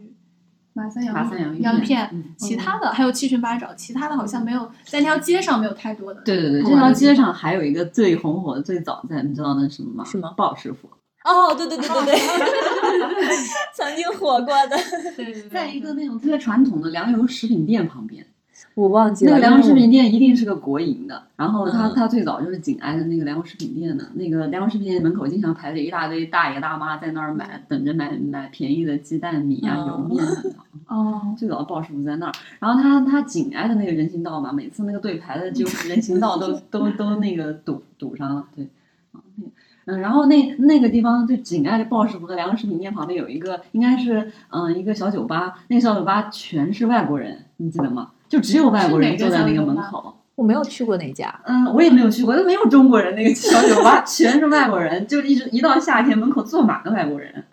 S3: 马三洋
S2: 马三洋芋
S3: 洋芋
S2: 片
S3: 片，
S2: 嗯
S3: 其他的还有七旬八爪，其他的好像没有在那条街上没有太多的。
S2: 对对对，
S3: 好
S2: 这
S3: 玩
S2: 条
S3: 的
S2: 街上还有一个最红火的、最早在，你知道那是什么吗？
S1: 是吗
S2: 鲍师傅，
S1: 哦，对对对对对， 曾经火过的，
S3: 对对对，
S2: 在一个那种特别传统的粮油食品店旁边。
S1: 我忘记
S2: 那
S1: 了。因
S2: 个
S1: 为
S2: 粮
S1: 我
S2: 油食品店一定是个国营的，然后它
S1: 嗯
S2: 它最早就是紧挨着那个粮油食品店的。那个粮油食品店门口经常排着一大堆大爷大妈在那儿买，等着买买便宜的鸡蛋、米啊、
S1: 嗯
S2: 油面什么的。
S3: 哦，
S2: 最早的鲍师傅在那儿，然后他他紧挨着那个人行道嘛，每次那个队排的就
S3: 嗯
S2: 人行道 都都都那个堵堵上了，对，啊那个嗯，然后那那个地方就紧挨着鲍师傅和粮食品店旁边有一个，应该是嗯、呃一个小酒吧，那个小酒吧全是外国人，你记得吗？就只有外国人
S3: 是
S2: 坐
S3: 哪个
S2: 在那
S3: 小
S2: 个
S3: 酒
S2: 门
S3: 吧
S2: 口。
S1: 我没有去过那家，
S2: 嗯，我也没有去过，没有中国人那个小酒吧， 全是外国人，就一直一到夏天门口坐满了外国人，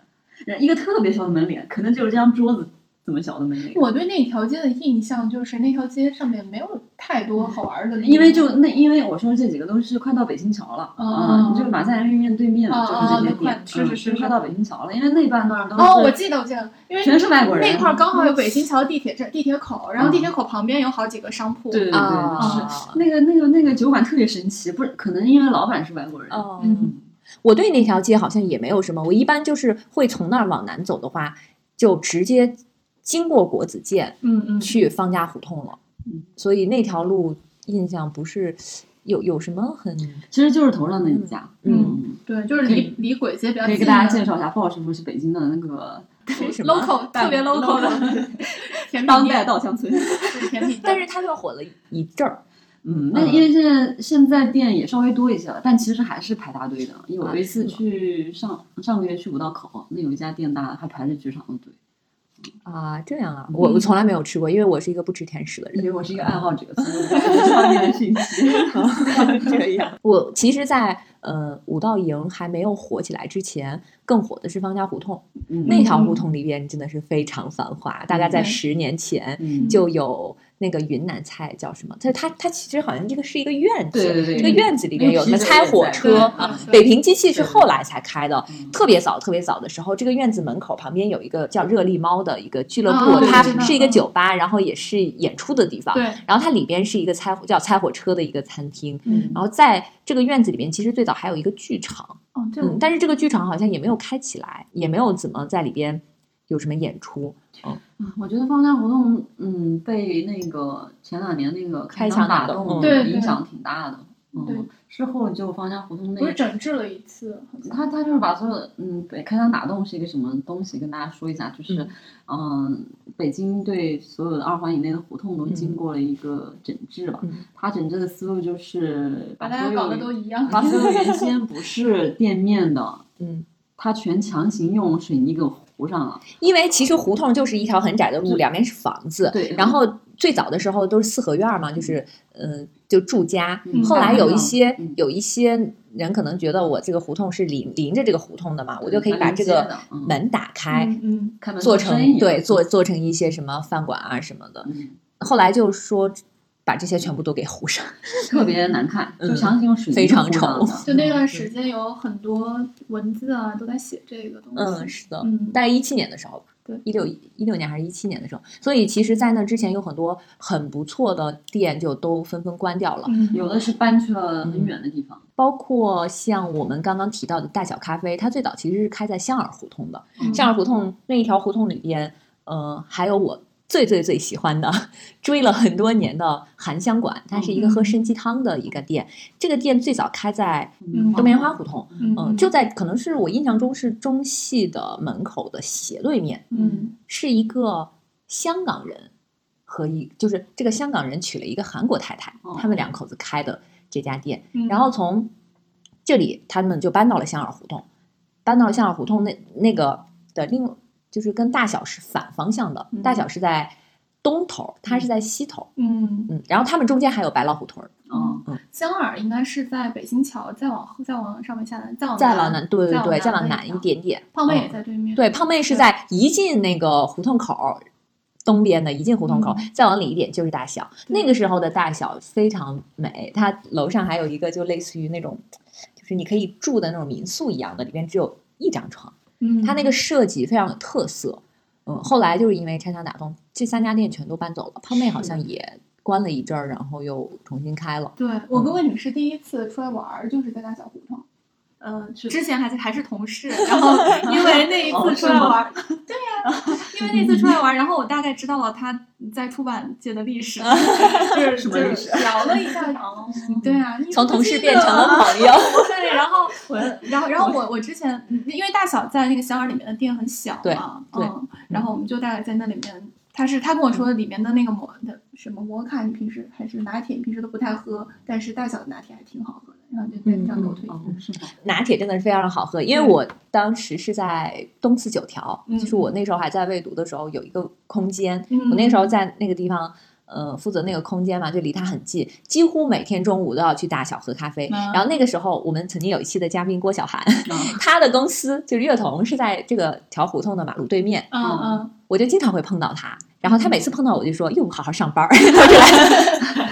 S2: 人一个特别小的门脸，可能就是这张桌子这么小的门脸。
S3: 我对那条街的印象就是那条街上面没有太多好玩的东西，
S2: 因为就那，因为我说这几个都是快到北新桥了，
S3: 哦
S2: 啊，就是马赛人鱼面对面
S3: 哦
S2: 就是这些
S3: 哦快
S2: 店，
S3: 是
S2: 嗯
S3: 是是
S2: 就是快到北新桥了，因为那半段都是
S3: 哦，我记得我记得，因为
S2: 全是外国人嗯
S3: 那块儿刚好有北新桥地铁站、地铁口，然后地铁口旁边有好几个商铺，
S2: 对对对，
S3: 哦
S1: 啊
S2: 是那个那个那个酒馆特别神奇，不是可能因为老板是外国人，
S1: 哦
S3: 嗯
S1: 我对那条街好像也没有什么，我一般就是会从那儿往南走的话，就直接经过国子监
S3: 嗯嗯，
S1: 去方家胡同了。
S2: 嗯
S1: 所以那条路印象不是有有什么 很
S2: 其实就是头上那一家，
S1: 嗯，
S3: 对，就是
S2: 可
S3: 离
S2: 以
S3: 离簋街比较
S2: 可以
S3: 近
S2: 给大家介
S3: 的
S2: 绍一下，鲍师傅是北京的那个
S1: 什么
S3: local 特别 local 的 甜品
S2: 当代
S3: 店
S2: 稻香村，
S3: 对甜 品店，
S1: 但是它又火了一阵儿，
S2: 嗯，那因为现在现在店也稍微多一些了，但其实还是排大队的。因
S3: 啊
S2: 为我有一次去上上个月去五道口，那有一家店大还排着巨长的队。
S1: 啊，这样啊，我我从来没有吃过，因为我是一个不吃甜食的
S2: 因
S1: 人。
S2: 为我是一个爱好者，所以我不知道你的信息。
S1: 这样，我其实在，呃五道营还没有火起来之前，更火的是方家胡同。
S2: 嗯
S1: 那条胡同里边真的是非常繁华，大概在
S3: 嗯
S1: 十年前
S2: 嗯
S1: 就有那个云南菜叫什么？它它它其实好像这个是一个院
S2: 对
S1: 子，
S2: 对对，
S1: 一个院子里面有什么
S2: 那个皮
S1: 拆
S2: 的
S1: 火
S2: 院子
S3: 对
S1: 车。
S3: 啊
S1: 北平机器是后来才开的，
S2: 嗯
S1: 特别早特别早的时候，这个院子门口旁边有一个叫热力猫的一个俱乐部，
S3: 哦
S1: 它
S2: 对对
S3: 对
S1: 是一个酒吧，然后也是演出的地方。
S3: 对，
S1: 然后它里边是一个拆叫拆火车的一个餐厅，
S3: 嗯，
S1: 然后在这个院子里面，其实最早还有一个剧场，
S3: 哦，对，
S1: 嗯，但是这个剧场好像也没有开起来，也没有怎么在里边有什么演出。
S2: 啊我觉得放假活动，嗯，被那个前两年那个
S1: 开
S2: 枪
S1: 枪打
S2: 打
S1: 动
S2: 动
S1: 嗯
S3: 对
S2: 影响挺大的。
S3: 对
S2: 嗯，之后就放假活动那
S3: 不是
S2: 个，
S3: 整治了一次，好像
S2: 他他就是把所有嗯，北开枪打洞是一个什么东西，跟大家说一下，就是嗯、北京对所有的二环以内的胡同都经过了一个整治吧。
S1: 嗯
S2: 他整治的思路就是
S3: 把大
S2: 所
S3: 家搞得
S2: 有
S3: 都一样。
S2: 把所有原先不是店面的，
S1: 嗯，
S2: 他全强行用水泥给糊上了。
S1: 因为其实胡同就是一条很窄的路，
S2: 是
S1: 两边是房子，
S2: 嗯对，嗯
S1: 然后最早的时候都是四合院儿嘛，就是嗯、呃就住家。
S2: 嗯
S1: 后来有一些
S2: 嗯
S1: 有一些人可能觉得我这个胡同是临临着这个胡同的嘛，我就可以把这
S2: 蛮临街
S1: 个
S2: 的嗯
S1: 门打开，
S3: 嗯嗯，
S2: 开门
S1: 做
S2: 生意
S1: 成对做做成一些什么饭馆啊什么的。
S2: 嗯
S1: 后来就说把这些全部都给糊上。
S2: 特别难看，
S1: 嗯
S2: 就强行用水泥
S1: 非常
S2: 糊上
S1: 丑
S2: 的
S3: 就那段时间有很多文字啊都在写这个东西。
S1: 嗯，是的，
S3: 嗯
S1: 大概一七年的时候吧，
S3: 对
S1: 一六一六年还是一七年的时候，所以其实，在那之前有很多很不错的店就都纷纷关掉了，
S3: 嗯
S2: 有的是搬去了很远的地方，
S1: 包括像我们刚刚提到的大小咖啡，它最早其实是开在香儿胡同的，
S2: 嗯
S1: 香儿胡同那一条胡同里边，呃，还有我。最最最喜欢的，追了很多年的韩香馆，它是一个喝
S2: 嗯
S1: 参鸡汤的一个店。这个店最早开在
S3: 嗯
S2: 哦
S1: 东棉花胡同，
S3: 嗯
S1: 嗯、就在可能是我印象中是中戏的门口的斜对面。
S3: 嗯
S1: 是一个香港人和一就是这个香港人娶了一个韩国太太
S2: 哦，
S1: 他们两口子开的这家店。
S3: 嗯，
S1: 然后从这里他们就搬到了香儿胡同，搬到了香儿胡同那那个的另就是跟大小是反方向的
S3: 嗯，
S1: 大小是在东头，它是在西头。
S3: 嗯
S1: 嗯，然后他们中间还有白老虎屯儿，
S2: 嗯，
S3: 江耳应该是在北新桥，再往后再往上面下来，再往
S1: 再往南，对对
S3: 哦再
S1: 对，再往
S3: 往
S1: 南一
S3: 点。
S1: 点点。
S3: 胖妹也
S1: 嗯
S3: 在对面。
S1: 对，胖妹是
S3: 对
S1: 在一进那个胡同口儿东边的，一进胡同
S3: 嗯
S1: 口儿，再往里一点就是大小。那个时候的大小非常美，它楼上还有一个就类似于那种，就是你可以住的那种民宿一样的，里边只有一张床。
S3: 嗯，
S1: 它那个设计非常有特色。嗯，后来就是因为拆墙打洞，这三家店全都搬走了，胖妹好像也关了一阵儿，然后又重新开了。
S3: 对我
S1: 嗯
S3: 跟魏女士第一次出来玩儿就是在大小胡同。
S2: 呃
S3: 嗯，之前还是还是 同事，然后因为那一
S2: 哦
S3: 次出
S2: 是
S3: 来
S2: 吗
S3: 玩儿，对呀、因为那次出来玩儿，然后我大概知道了他在出版界的历史，就是
S2: 什么
S3: 就
S2: 啊历嗯
S3: 是聊了一下，对啊，你
S1: 从
S3: 不
S1: 同
S3: 记
S1: 事
S3: 得
S1: 变成了
S3: 啊
S1: 朋 友，
S3: 对，然后我，然后，然后我，我之前嗯因为大小在那个香儿里面的店很小
S1: 对
S3: 嘛，
S1: 对
S3: 嗯，然后我们就大概在那里面，他是他跟我说里面的那个摩的什么摩卡，你平时还是拿铁，你平时都不太喝，但是大小的拿铁还挺好喝的，然后就对这样给我推荐，
S2: 哦，是吗？
S1: 拿铁真的是非常好喝，因为
S3: 嗯
S1: 我当时是在东四九条，
S3: 嗯
S1: 就是我那时候还在未读的时候有一个空间，
S3: 嗯
S1: 我那时候在那个地方。呃，负责那个空间嘛，就离它很近，几乎每天中午都要去大小喝咖啡。
S3: 嗯
S1: 然后那个时候，我们曾经有一期的嘉宾郭晓涵，
S2: 啊
S1: 他的公司就是乐童是在这个条胡同的马路对面，
S3: 嗯嗯，
S1: 我就经常会碰到他。然后他每次碰到我就说：“哟，好好上班儿。” 他就来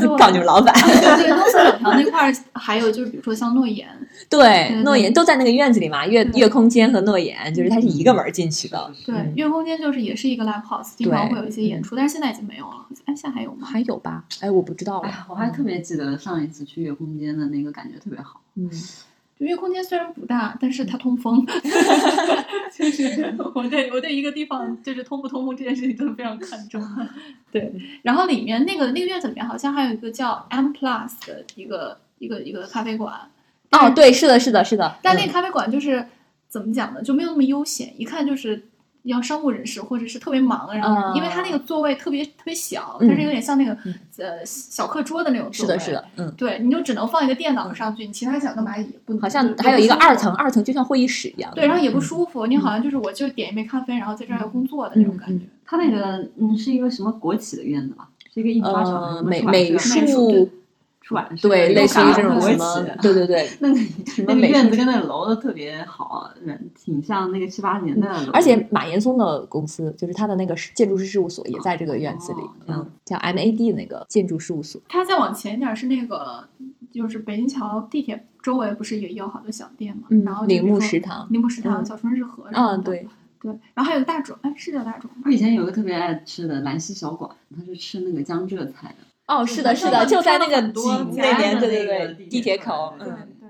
S1: 说告你们老板。
S3: 啊对，东四九条那块儿还有就是比如说像诺言，
S1: 对
S3: 对，
S1: 诺言都在那个院子里嘛，月
S3: 对
S1: 月空间和诺言就是它是一个门儿进去的。
S3: 对
S1: 嗯，
S3: 月空间就是也是一个 live house，经常
S1: 对
S3: 会有一些演出，但是现在已经没有了，哎，现在还有吗？
S1: 还有吧？哎，我不知道
S2: 哎
S1: 了。
S2: 呀，我还特别记得上一次去月空间的那个感觉特别好，
S1: 嗯，
S3: 就因为空间虽然不大，但是它通风，
S1: 嗯
S3: 就是我对我对一个地方就是通不通风这件事情都非常看重。啊对，然后里面那个那个院子里面好像还有一个叫 M Plus 的一个一个一个咖啡馆，
S1: 哦，对，是的，是的，是的。
S3: 但那
S1: 嗯
S3: 个咖啡馆就是、怎么讲呢，就没有那么悠闲，一看就是。要商务人士或者是特别忙，然后、
S1: 嗯
S3: 因为他那个座位特别特别小，
S1: 嗯
S3: 它是有点像那个、
S1: 嗯
S3: 呃小课桌的那种座
S1: 是
S3: 位。
S1: 的，是。的，嗯。
S3: 对，你就只能放一个电脑上去，你其他想干嘛也不
S1: 好像
S3: 不
S1: 还有一个
S3: 不舒服
S1: 二层，二层就像会议室一样的。
S3: 对，然后也不
S1: 嗯嗯
S3: 舒服，你好像就是我就点一杯咖啡，然后在这儿工作的那种感觉。
S2: 它那个嗯是一个什么国企的院子吧？是一个印刷厂，
S1: 呃，
S2: 什么
S1: 美
S2: 出版社
S1: 美
S3: 美术
S1: 术
S2: 软式
S3: 对
S2: 的，
S1: 对，类似于这种
S2: 国
S1: 什
S2: 企
S1: 么
S2: 的，
S1: 对对对，
S2: 那个
S1: 什么
S2: 那个
S1: 美
S2: 院
S1: 术
S2: 子跟那个楼都特别好，人挺像那个七八十年代的楼，
S1: 嗯而且马岩松的公司，就是他的那个建筑师事务所，也在这个院子里
S2: 哦，
S1: 嗯，叫 MAD 那个建筑事务所。
S3: 它再往前一点是那个，就是北京桥地铁周围不是也有好多小店嘛？然后就比
S1: 嗯铃
S3: 如
S1: 木
S3: 说
S1: 食堂，
S3: 铃木食堂、
S1: 嗯
S3: 小春日和什么
S1: 嗯，
S3: 的
S1: 对，
S3: 对，然后还有大众，哎，是叫大众吗，
S2: 我以前有个特别爱吃的兰溪小馆，它是吃那个江浙菜的，
S1: 哦，
S3: 是
S1: 是
S3: 的
S1: 的，
S3: 是
S1: 是
S3: 的
S1: 的，就在那
S3: 看到
S1: 个
S3: 很多
S1: 景
S3: 家
S1: 那边，
S3: 的
S1: 对对
S2: 那个
S1: 对，
S2: 地
S1: 地
S2: 铁
S1: 铁
S2: 口
S1: 口，
S2: 对
S3: 对
S1: 嗯，
S3: 对。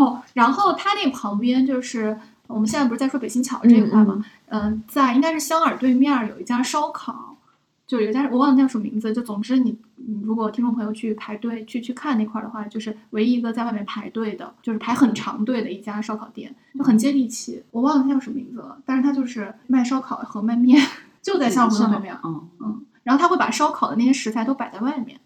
S3: 哦，然后它那旁边就是我们现在不是在说北新桥这一块
S1: 嗯
S3: 嘛？嗯、在应该是香尔对面儿有一家烧烤，就有一家我忘了叫什么名字，就总之你你如果听众朋友去排队去去看那块儿的话，就是唯一一个在外面排队的，就是排很长队的一家烧烤店，就很接地气。我忘了叫什么名字了，但是它就是卖烧烤和卖面， 就在香尔胡同对面儿。
S2: 嗯，
S3: 嗯，然后他会把烧烤的那些食材都摆在外面，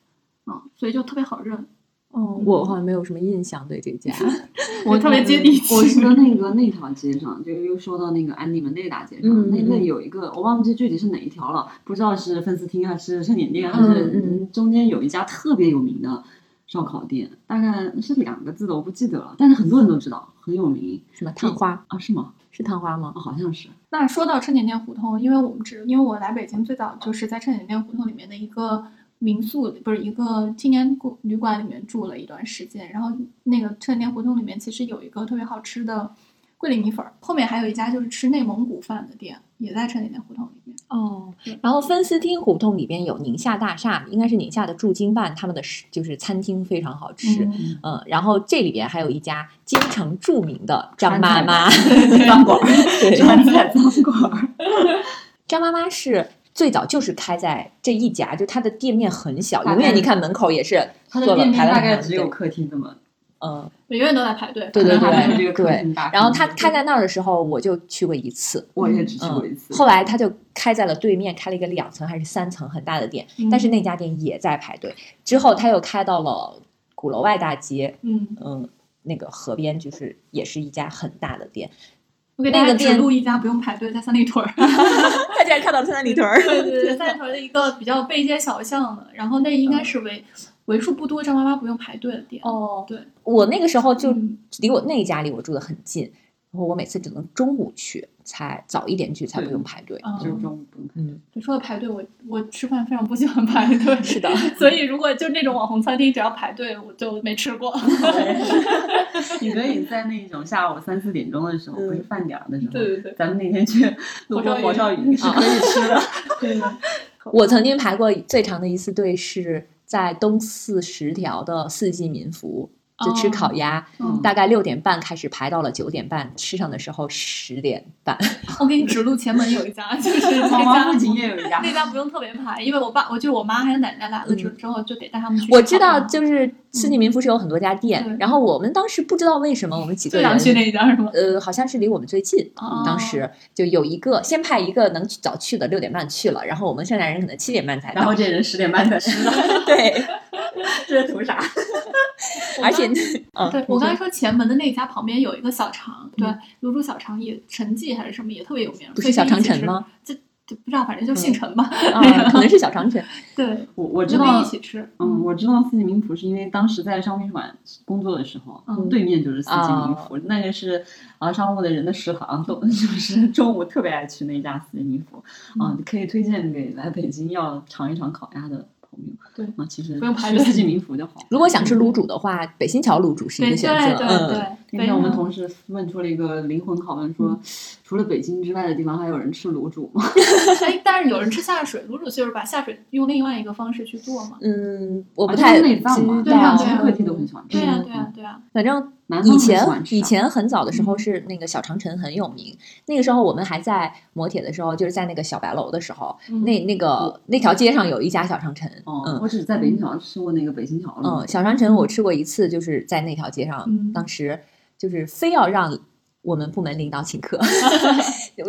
S3: 嗯，所以就特别好认。
S1: 哦，我好像没有什么印象对这家，
S3: 我特别接地气
S2: 我记得那个那条街上，就又说到那个安利门内大街上，
S1: 嗯
S2: 那那
S1: 嗯
S2: 有一个我忘记具体是哪一条了，不知道是芬斯汀还是盛典店，还
S1: 嗯
S2: 是
S1: 嗯
S2: 嗯中间有一家特别有名的烧烤店，大概是两个字的，我不记得了，但是很多人都知道，很有名
S1: 什么探花
S2: 啊，是吗？
S1: 是探花吗？
S2: 啊，好 像是，
S3: 那说到趁点店胡同，因为我们只因为我来北京最早就是在趁点店胡同里面的一个民宿，不是一个青年故旅馆里面住了一段时间。然后那个趁点店胡同里面其实有一个特别好吃的桂林米粉儿，后面还有一家就是吃内蒙古饭的店，也在趁点店胡同里面。
S1: 哦，然后芬斯汀胡同里边有宁夏大厦，应该是宁夏的驻京办，他们的食就是餐厅非常好吃。
S3: 嗯
S1: 嗯，然后这里边还有一家京城著名的张妈妈，
S2: 饭馆，
S1: 对，
S2: 川菜饭 馆，
S1: 张妈妈是最早就是开在这一家，就它的店面很小，
S2: 大概
S1: 永远你看门口也是
S2: 它
S1: 坐了
S2: 的店面
S1: 排了
S2: 大
S1: 很
S2: 概
S1: 长
S2: 只有
S1: 队
S2: 客厅这么，
S1: 嗯，
S3: 永远都在排队，
S1: 对对
S2: 可能
S1: 对
S2: 还
S3: 排
S2: 没有
S3: 队
S2: 这个客
S1: 对
S2: 厅大。
S1: 然后它开在那儿的时候，我就去过一次。
S2: 我也只去过一
S1: 嗯
S2: 次，，
S1: 后来它就开在了对面，开了一个两层还是三层很大的店，
S3: 嗯
S1: 但是那家店也在排队。之后它又开到了鼓楼外大街，
S3: 嗯，
S1: 嗯，那个河边就是也是一家很大的店。
S3: 我给大
S1: 那
S3: 家
S1: 个
S3: 指
S1: 店
S3: 路一家不用排队，在三里屯儿。
S1: 他竟然看到三里屯儿，
S3: 对对对， 三里屯的一个比较背街小巷的，然后那应该是为为数不多张妈妈不用排队的店。
S1: 嗯哦，
S3: 对，
S1: 我那个时候就
S3: 嗯
S1: 离我那一家离我住的很近，然后我每次只能中午去，才早一点去，才不用排队。
S3: 嗯
S2: 就是中午不能
S1: 嗯，
S3: 你说的排队，我我吃饭非常不喜欢排队，
S1: 是 的，
S3: 所以如果就那种网红餐厅，只要排队，我就没吃过。
S2: 你可以在那种下午三四点钟的时候，不是饭点儿的时候，
S3: 对对对
S2: 咱们那天去路过火烧云是可
S3: 啊
S2: 以吃的。
S3: 对，
S1: 啊我曾经排过最长的一次队是在东四十条的四季民福。就吃
S3: 哦
S1: 烤鸭，
S3: 嗯
S1: 大概六点半开始排到了九点半，吃上的时候十点半。
S3: 我给你指路，前门有一家，就是那
S2: 黄
S3: 家
S2: 王府井也有一 家，
S3: 那家不用特别排，因为我爸，我就是我妈还有奶奶来了之
S1: 嗯
S3: 之后，就得带他们去吃烤鸭。
S1: 我
S3: 嗯
S1: 知道，就是四季民福是有很多家店，
S3: 对
S1: 然后我们当时不知道为什么我们几个
S3: 就
S1: 人
S3: 想去那一家是吗？
S1: 呃，好像是离我们最近。
S3: 哦
S1: 当时就有一个，先派一个能去早去的六点半去了，然后我们剩下人可能七点半才
S2: 然 后
S3: 哦
S1: 到。
S2: 这人十点半才 吃的，
S1: 对，
S2: 这是图啥？
S1: 而且
S3: 我刚
S1: 嗯，
S3: 对我刚才说前门的那家旁边有一个小肠，对，卤煮小肠也陈记还是什么也特别有名，
S1: 不
S3: 所以
S1: 是小
S3: 就一
S1: 长
S3: 起
S1: 城
S3: 吃？
S1: 吗？
S3: 这这不知道，反正就姓陈吧。
S1: 啊，可能是小长城。
S3: 对，
S2: 我我
S3: 我
S2: 知道
S3: 一，起吃。
S2: 嗯，我知道四季民福是因为当时在商务馆工作的时候，
S3: 嗯
S2: 对面就是四季民福，那个是啊商务的人的食堂， 都就是中午特别爱去那家四季民福，
S3: 嗯
S2: 啊，可以推荐给来北京要尝一尝烤鸭的朋友。
S3: 对
S2: 啊，其实
S3: 不用排
S2: 去
S3: 队
S2: 四季民福就好。
S1: 如果想吃卤煮的话，北新桥卤煮是一
S3: 对
S1: 个
S3: 对
S1: 选择。
S3: 对
S1: 嗯，
S3: 对，啊嗯
S2: 那
S3: 非
S2: 天我们
S3: 常
S2: 同事问出了一个灵魂拷问，说除了北京之外的地方还有人吃卤煮吗？
S3: 哎，但是有人吃下水，卤煮就是把下水用另外一个方式去做嘛。
S1: 嗯，我
S2: 啊
S1: 不
S2: 就是
S1: 太
S2: 内脏嘛，
S1: 知
S3: 对啊
S2: 呀，
S1: 道
S2: 其实
S3: 啊
S2: 各地都很喜欢吃。
S3: 对呀、
S2: 嗯
S3: 对呀、，啊对呀、
S1: 反正
S2: 南方
S1: 以
S2: 很喜
S1: 前
S2: 欢吃啊
S1: 以前很早的时候
S3: 嗯
S1: 是那个小长城很有名，那个时候我们还在磨铁的时候，就是在那个小白楼的时候，
S3: 嗯
S1: 那那个那条街上有一家小长城。
S2: 哦
S1: 嗯，
S2: 我只在北京桥吃过那个北京桥
S1: 嗯，
S2: 卤煮，
S1: 小长城我吃过一次，就是在那条街上，
S3: 嗯
S1: 当时就是非要让我们部门领导请 客，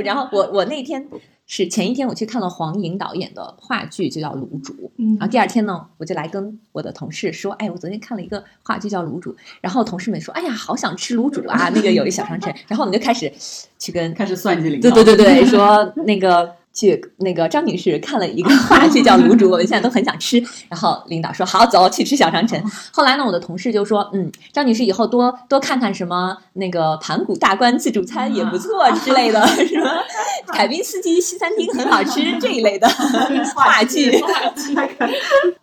S1: 然后我我那天是前一天我去看了黄颖导演的话剧，就叫《卤煮》，
S3: 嗯
S2: 啊
S1: 然后第二天呢，我就来跟我的同事说，哎，我昨天看了一个话剧叫《卤煮》，然后同事们说，哎呀，好想吃卤煮啊，那个有一小长城，然后我们就开始去跟
S2: 开始算计领
S1: 对
S3: 嗯
S2: 导。
S1: 对对对，说那个去那个张女士看了一个话剧叫《卤煮》，我们现在都很想吃。然后领导说好，走去吃小长
S3: 哦
S1: 城。后来呢，我的同事就说，嗯，张女士以后多多看看什么那个盘古大观自助餐也不
S3: 啊
S1: 错之类的，什么凯宾斯基西餐厅很好吃这一类 的话剧。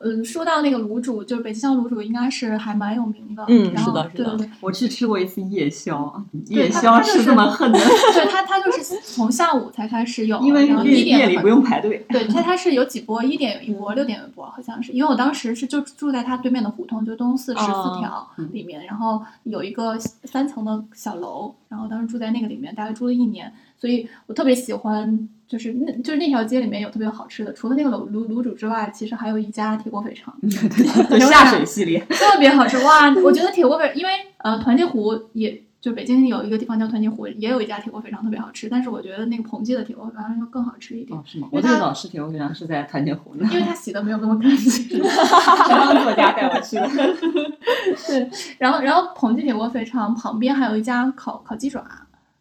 S3: 嗯，说到那个卤煮，就是北极乡卤煮，应该是还蛮有名的。
S1: 嗯
S3: 然
S1: 是
S3: 后
S1: 的是
S3: 对
S1: 的
S3: 对对，
S2: 我去吃过一次夜宵，啊
S3: 对
S2: 夜
S3: 它
S2: 宵
S3: 它就是
S2: 这么恨的，
S3: 对他他就是从下午才开始有，
S2: 因为
S3: 然后
S2: 夜
S3: 一点
S2: 夜里不用排队。
S3: 对，它它是有几波，一点有一波，六点有一波，好像是。因为我当时是就住在它对面的胡同，就东四十
S1: 哦
S3: 四条里面，然后有一个三层的小楼，然后当时住在那个里面，大概住了一年，所以我特别喜欢，就是那就是那条街里面有特别好吃的，除了那个卤卤卤煮之外，其实还有一家铁锅肥肠，
S2: 对下水系列，
S3: 特别好吃哇！我觉得铁锅肥，因为呃团结湖也。就北京有一个地方叫团结湖，也有一家铁锅肥肠特别好吃，但是我觉得那个彭记的铁锅肥肠要更好吃一点，
S2: 哦，是吗？
S3: 因
S2: 我
S3: 为它
S2: 最早吃铁锅肥肠是在团结湖呢，
S3: 因为它洗的没有那么干净。
S2: 当作家带我去的。
S3: 对，然后然后彭记铁锅肥肠旁边还有一家烤烤鸡爪，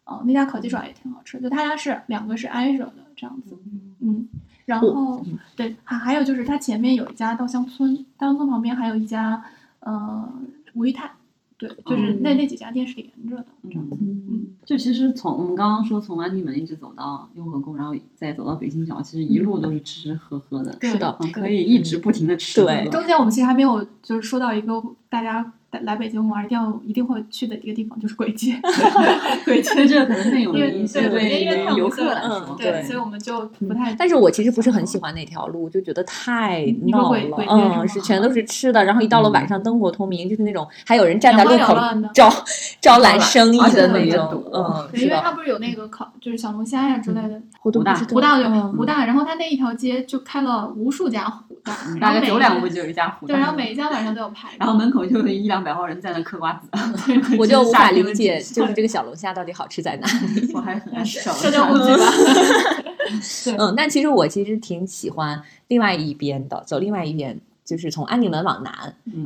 S3: 哦，那家烤鸡爪也挺好吃，就它家是两个是挨着的这样子，嗯，然后
S1: 嗯
S3: 对，还还有就是它前面有一家稻香村，稻香村旁边还有一家呃吴裕泰，对，就是那、
S1: 嗯
S3: 那几家店是连着的，这样子，
S2: 嗯，就其实从我们刚刚说从安定门一直走到雍和宫，然后再走到北新桥，其实一
S1: 嗯
S2: 路都是吃吃喝喝的，
S3: 对
S1: 是的
S2: 嗯，可以一直不停的吃。
S1: 对
S2: 喝
S3: 中间我们其实还没有就是说到一个大家来北京玩一定要一定会去的一个地方，就是簋 街，簋街
S2: 对这个可能更有名一些，
S3: 因为对
S2: 对
S3: 因为
S2: 于
S3: 它有
S2: 游
S3: 色
S2: 客来说，
S1: 嗯
S3: 对，所以我们就不太。
S1: 但是我其实不是很喜欢那条路，就觉得太
S3: 你
S1: 闹
S3: 会
S1: 了
S3: 会，会
S1: 嗯，是全都是吃的，然后一
S3: 嗯
S1: 到了晚上灯火通明，就是那种还有人站在
S3: 眼
S1: 路
S3: 花
S1: 口
S3: 缭乱的
S1: 招招揽生意
S2: 而且
S1: 的
S2: 特
S1: 那
S2: 别
S1: 种
S2: 堵，
S1: 嗯，
S3: 啊对，
S1: 是嗯
S3: 因为
S1: 的，
S3: 它不是有那个烤，就是小龙虾呀之类的，
S1: 活动
S2: 不大
S1: 不是
S3: 湖大
S1: 嗯
S3: 就湖大，然后它那一条街就开了无数家湖大，
S2: 嗯
S3: 然
S2: 大
S3: 后
S2: 概
S3: 每
S2: 走
S3: 一
S2: 两步就有一家湖
S3: 对，
S2: 大，
S3: 然后每一家晚上都有排，
S2: 然后门口就有一两百号人在那嗑瓜 子，
S1: 我就无法理
S2: 夏天的
S1: 解，
S2: 景象
S1: 就是这个小龙虾到底好吃在哪？
S2: 我还很爱吃小龙
S3: 社交
S2: 虾
S3: 恐惧 吧，
S1: 嗯，但其实我其实挺喜欢另外一边的，走另外一边。就是从安定门往南，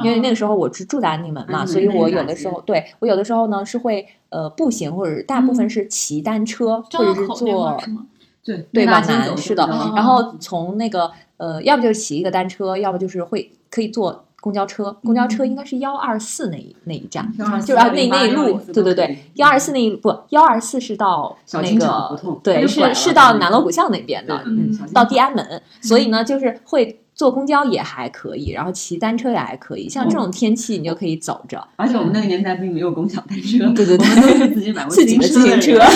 S1: 因为那个时候我是住在安定门嘛，
S2: 嗯
S1: 所以我有
S2: 那
S1: 的
S2: 个
S1: 时候，对我有的时候呢是会呃步行，或者大部分是骑单车，
S3: 张
S1: 或
S3: 家
S1: 者是
S3: 嗯口那块
S1: 坐
S3: 儿是吗？
S2: 对
S1: 对
S2: 那
S1: 吧？
S2: 大街
S1: 南
S2: 走
S1: 是的，
S2: 就
S3: 嗯
S2: 是
S1: 然后从那个呃，要不就是骑一个单车，要不就是会可以坐公交车。公交
S3: 嗯
S1: 车应该是幺二四那一那一站，
S2: 124
S1: 就是啊那那一路，
S2: 124
S1: 对对对，幺二四那一不幺二四是到
S2: 小
S1: 那
S2: 青场胡
S1: 个
S2: 同
S1: 对
S2: 它就拐
S1: 是
S2: 了
S1: 是
S2: 它
S1: 到
S2: 就
S1: 南锣鼓巷那边的，
S2: 对
S1: 嗯
S2: 小，青
S1: 到
S2: 岛
S1: 地安门。 所以呢，就是会坐公交也还可以，然后骑单车也还可以。像这
S2: 嗯
S1: 种天气，你就可以走着。
S2: 而且我们那个年代并没有共享单车，
S1: 嗯对对对
S2: 我们都是自己买过
S1: 自己的自行
S2: 行
S1: 车
S2: 人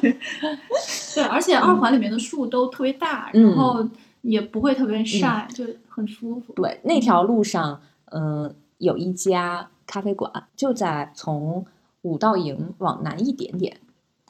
S3: 对，而且二环里面的树都特别大，
S1: 嗯
S3: 然后也不会特别晒，就很舒服。
S1: 对，那条路上，嗯、有一家咖啡馆，就在从五道营往南一点点。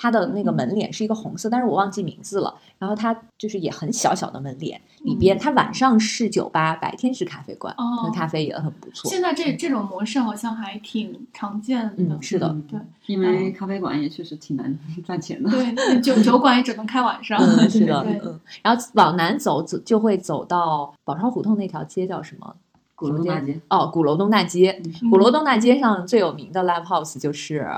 S1: 它的那个
S2: 嗯
S1: 门脸是一个红色，但是我忘记名字了。然后它就是也很小小的门脸，里边它晚上是酒吧，白天是咖啡馆，
S3: 嗯哦
S1: 那咖啡也很不错。
S3: 现在这这种模式好像还挺常见的，
S1: 嗯，嗯是的，
S3: 对，
S2: 因为咖啡馆也确实挺难 赚钱的。
S3: 对，那酒酒馆也只能开晚上，
S1: 嗯，是的，
S3: 对
S1: 嗯。然后往南走，走就会走到宝钞胡同那条街，叫什么？
S2: 鼓楼大街，
S1: 哦，鼓楼东大街。
S3: 嗯
S1: 鼓楼东大街上最有名的 live house 就是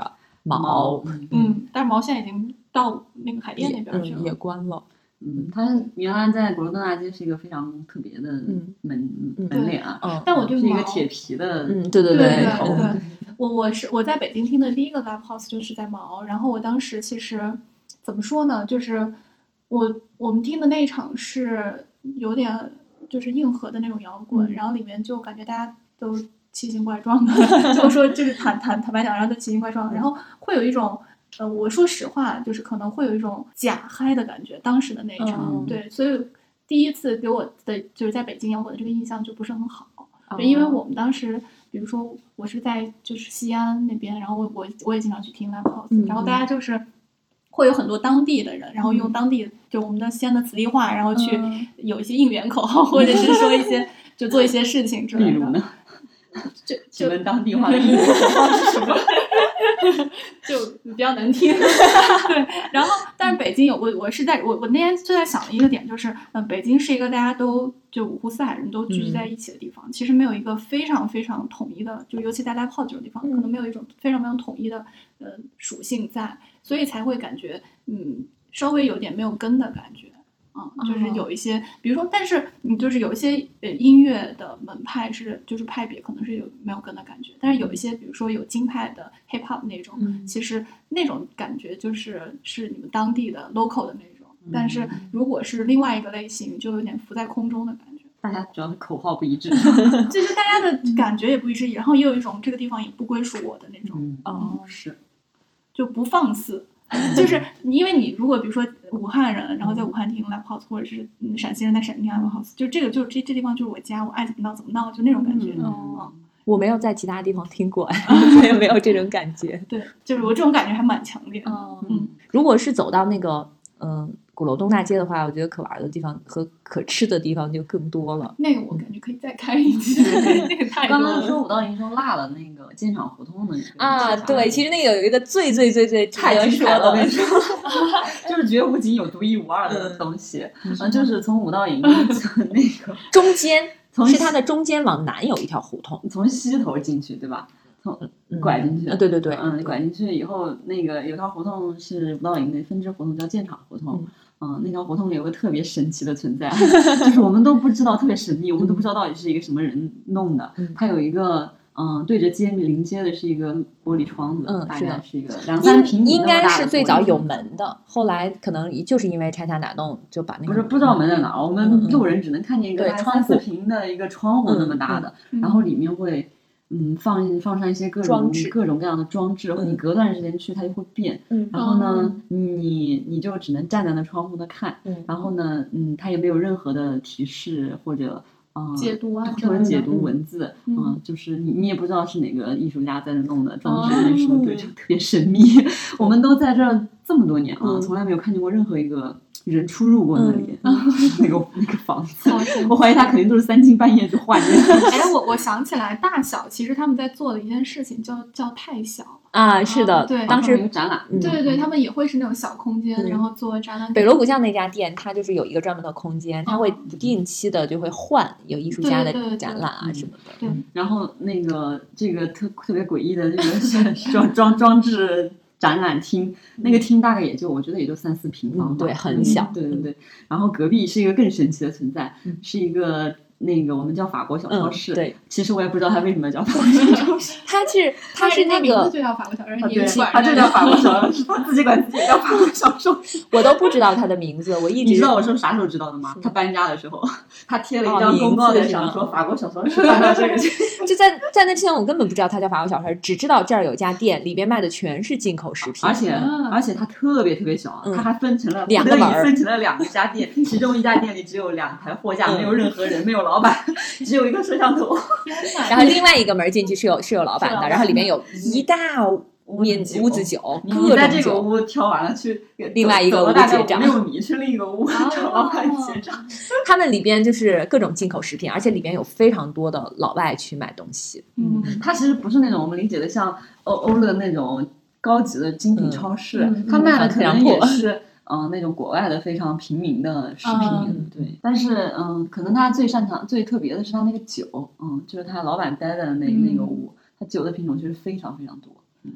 S1: 毛
S2: 毛，
S3: 嗯，但是毛线已经到那个海淀那边去
S1: 嗯也
S3: 了。
S1: 关 了。
S2: 嗯，它原来在鼓楼东大街是一个非常特别的
S1: 嗯
S2: 门
S1: 嗯
S2: 门脸啊，
S1: 嗯
S3: 但我对
S2: 是一
S3: 毛
S2: 个铁皮的，
S1: 嗯，对对
S3: 对
S1: 对，
S2: 对
S1: 嗯
S3: 对，我我是我在北京听的第一个 live house 就是在毛，然后我当时其实怎么说呢，就是我我们听的那一场是有点就是硬核的那种摇滚，
S1: 嗯
S3: 然后里面就感觉大家都奇形怪状的， 就说就是坦坦坦白讲，然后都奇形怪状，然后会有一种。呃，我说实话，就是可能会有一种假嗨的感觉，当时的那一场，
S1: 嗯
S3: 对，所以第一次给我的就是在北京摇滚的这个印象就不是很好。
S1: 哦
S3: 对，因为我们当时，比如说我是在就是西安那边，然后我我我也经常去听 live house，、
S1: 嗯
S3: 然后大家就是会有很多当地的人，然后用当地就我们的西安的磁力话，然后去
S1: 嗯
S3: 有一些应援口号，或者是说 一些就做一些事情之
S1: 嗯
S2: 例
S3: 类
S2: 如
S3: 的，
S2: 呢，
S3: 就
S2: 请
S3: 就
S2: 问当地话的英 文口号是什么？
S3: 就比较难听。 对，然后但是北京有我，我是在我我那天就在想一个点，就是嗯、呃北京是一个大家都就五湖四海人都聚集在一起的地方，其实没有一个非常非常统一的，就尤其在 live house 这种地方，
S1: 嗯
S3: 可能没有一种非常非常统一的呃属性在，所以才会感觉嗯稍微有点没有根的感觉。啊、就是有一些，比如说，但是你就是有一些呃音乐的门派是就是派别可能是有没有跟的感觉，但是有一些比如说有京派的 hip hop 那种，
S1: 嗯
S3: 其实那种感觉就是是你们当地的 local 的那种，但是如果是另外一个类型，就有点浮在空中的感觉，
S2: 大家主要是口号不一 致。
S3: 就是大家的感觉也不一致，然后也有一种这个地方也不归属我的那种。
S2: 嗯，
S1: 哦，
S2: 是，
S3: 就不放 肆。就是因为你如果比如说武汉人，然后在武汉听 live house，或者是嗯陕西人在陕西听 live house，就这个就这这地方就是我家，我爱怎么闹怎么闹，就那种感觉。
S2: 嗯
S1: 哦
S3: 嗯，
S1: 我没有在其他地方听 过，所以没有这种感觉。
S3: 对，就是我这种感觉还蛮强烈的。
S1: 哦
S3: 嗯，
S1: 如果是走到那个嗯鼓楼东大街的话，我觉得可玩的地方和可吃的地方就更多了。
S3: 那个我感觉可以再开一 期，那个太多
S2: 刚刚
S3: 了。
S2: 说五道营说辣了那个进场胡同的一个
S1: 啊，
S2: 茶
S1: 对，其实那个有一个最最最最太难说
S2: 了，
S1: 了
S2: 我， 跟你说，就是绝无仅有、独一无二的东西。嗯，就是从五道营 从那个
S1: 中间
S2: 从
S1: 是它的中间往南有一条胡同，
S2: 从西头进去，对吧？从
S1: 嗯
S2: 拐进去
S1: 啊对对对，
S2: 嗯，拐进去以后，那个有条胡同是五道营的分支胡同，叫建厂胡同。嗯那条胡同里有个特别神奇的存 在，就是我们都不知道，特别神秘，我们都不知道到底是一个什么人弄的。
S1: 嗯
S2: 它有一个，嗯，对着街临街的是一个玻璃窗子，
S1: 嗯
S2: 大
S1: 是的
S2: 概是一个两三平
S1: 应
S2: 米
S1: 应
S2: 那么大
S1: 该
S2: 的
S1: 是最
S2: 玻璃
S1: 早有
S2: 窗子
S1: 门的，后来可能就是因为拆墙打洞就把那个
S2: 不是不知道门在哪儿，我
S1: 嗯
S2: 们
S1: 嗯
S2: 路人只能看见一个
S1: 对
S2: 大概
S1: 窗
S2: 三四
S1: 户
S2: 平的一个窗户那么大的，
S3: 嗯嗯
S2: 然后里面会嗯放放上一些各
S1: 装
S2: 种
S1: 置
S2: 各种各样的装置，
S1: 嗯
S2: 你隔段时间去它就会变，
S1: 嗯
S2: 然后
S3: 哦
S2: 呢你你就只能站在那窗户那看，
S1: 嗯
S2: 然后呢嗯它也没有任何的提示或者嗯
S3: 解读啊之类
S2: 或
S3: 的
S2: 者解读文字，
S3: 嗯
S2: 嗯，就是你你也不知道是哪个艺术家在那弄的装置
S3: 哦，
S2: 那什么 对，就特别神秘。 我们都在这儿这么多年啊，
S1: 嗯
S2: 从来没有看见过任何一个人出入过那里，
S3: 嗯
S2: 那个那个房子
S3: 好神。
S2: 我怀疑他肯定都是三更半夜就 换的。
S3: 哎，我我想起来，大小其实他们在做的一件事情叫叫太小。
S1: 啊是的
S3: 啊，对
S1: 当
S2: 有
S1: 时
S2: 个展览，
S1: 嗯
S3: 对对对，他们也会是那种小空间，
S1: 嗯
S3: 然后做展览。
S1: 北锣鼓巷那家店，它就是有一个专门的空间，它会不定期的就会换有艺术家
S3: 对对
S1: 的
S3: 对
S1: 展览啊
S2: 嗯
S1: 什么的。
S3: 对
S2: 然后那个这个特特别诡异的这个装装装置展览厅，那个厅大概也就我觉得也就三四平方吧
S1: 嗯，对很小
S2: 对对对。然后隔壁是一个更神奇的存在
S1: 嗯，
S2: 是一个那个我们叫法国小超
S1: 嗯，
S2: 市。，
S1: 对，
S2: 其实我也不知道它为什么叫 法国小超市，
S1: 它 是它是那
S3: 名字
S1: 个
S3: 就叫法国小人，
S2: 啊
S3: 也
S2: 对，
S3: 管
S2: 它就叫法国小超市，它自己管自己叫法国小超市。
S1: 我都不知道它的名字，我一
S2: 你
S1: 直
S2: 知道我是啥时候知道的吗？他搬家的时候，他贴了一
S1: 哦
S2: 张
S1: 名
S2: 公告
S1: 字
S2: 在
S1: 是吗
S2: 上说法国小 超市搬到这个去。
S1: 就在在那之前，我根本不知道它叫法国小吃，只知道这儿有家店，里边卖的全是进口食品，
S2: 而且
S3: 啊
S2: 而且它特别特别小，
S1: 嗯
S2: 它还分成了
S1: 两个门儿
S2: 不得已分成了两家店， 其中一家店里只有两台货架，
S1: 嗯
S2: 没有任何人，没有老板，只有一个摄像头，
S3: 天哪
S1: 然后另外一个门进去是有是有老板
S3: 是
S1: 的，
S3: 老板
S1: 然后里面有一大面
S2: 嗯 酒
S1: 屋子酒，
S2: 你你
S1: 各
S2: 在
S1: 种
S2: 这个
S1: 酒。
S2: 屋挑完了去，
S1: 另外一个
S2: 走
S1: 屋
S2: 了大概
S1: 结账
S2: 五六米去另一个屋
S3: 哦
S2: 找老板结账。
S1: 他们里边就是各种进口食品，而且里边有非常多的老外去买东西。
S3: 嗯，
S2: 它其实不是那种我们理解的像欧欧乐那种高级的精品
S1: 嗯
S2: 超市，
S3: 嗯
S2: 它卖的可能
S1: 反
S2: 也
S1: 正
S2: 是。嗯、那种国外的非常平民的食品，
S3: 嗯
S2: 对。但是，嗯、可能他最擅长、最特别的是他那个酒，嗯，就是他老板待的那、
S3: 嗯
S2: 那个屋，他酒的品种其实非常非常多。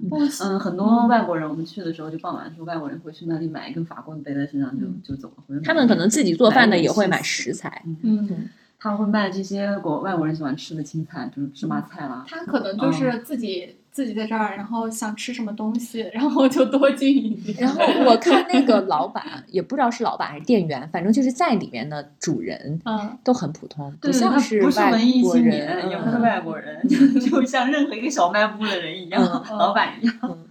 S3: 不
S2: 嗯，很多外国人，我们去的时候就傍晚的时候，外国人会去那里买一根法棍背在身上就、
S1: 嗯
S2: 就走了。或者买
S1: 他们可能自己做饭的也会
S2: 买
S1: 买
S2: 一些
S1: 食材，
S3: 嗯。
S2: 他会卖这些国外国人喜欢吃的青菜，比如芝麻菜啦，
S3: 他可能
S1: 嗯
S3: 就是自己、自己在这儿，然后想吃什么东西， 然后就多进一点。
S1: 然后我看那个老板，也不知道是老板还是店员，反正就是在里面的主人
S3: 嗯，
S1: 都很普通，
S2: 对，
S1: 像
S2: 他不是
S1: 外
S2: 文艺
S1: 国
S2: 青
S1: 人，
S2: 年，也不是
S1: 嗯
S2: 外国人，就就像任何一个小卖部的人一样，
S1: 嗯
S2: 老板一样。
S3: 嗯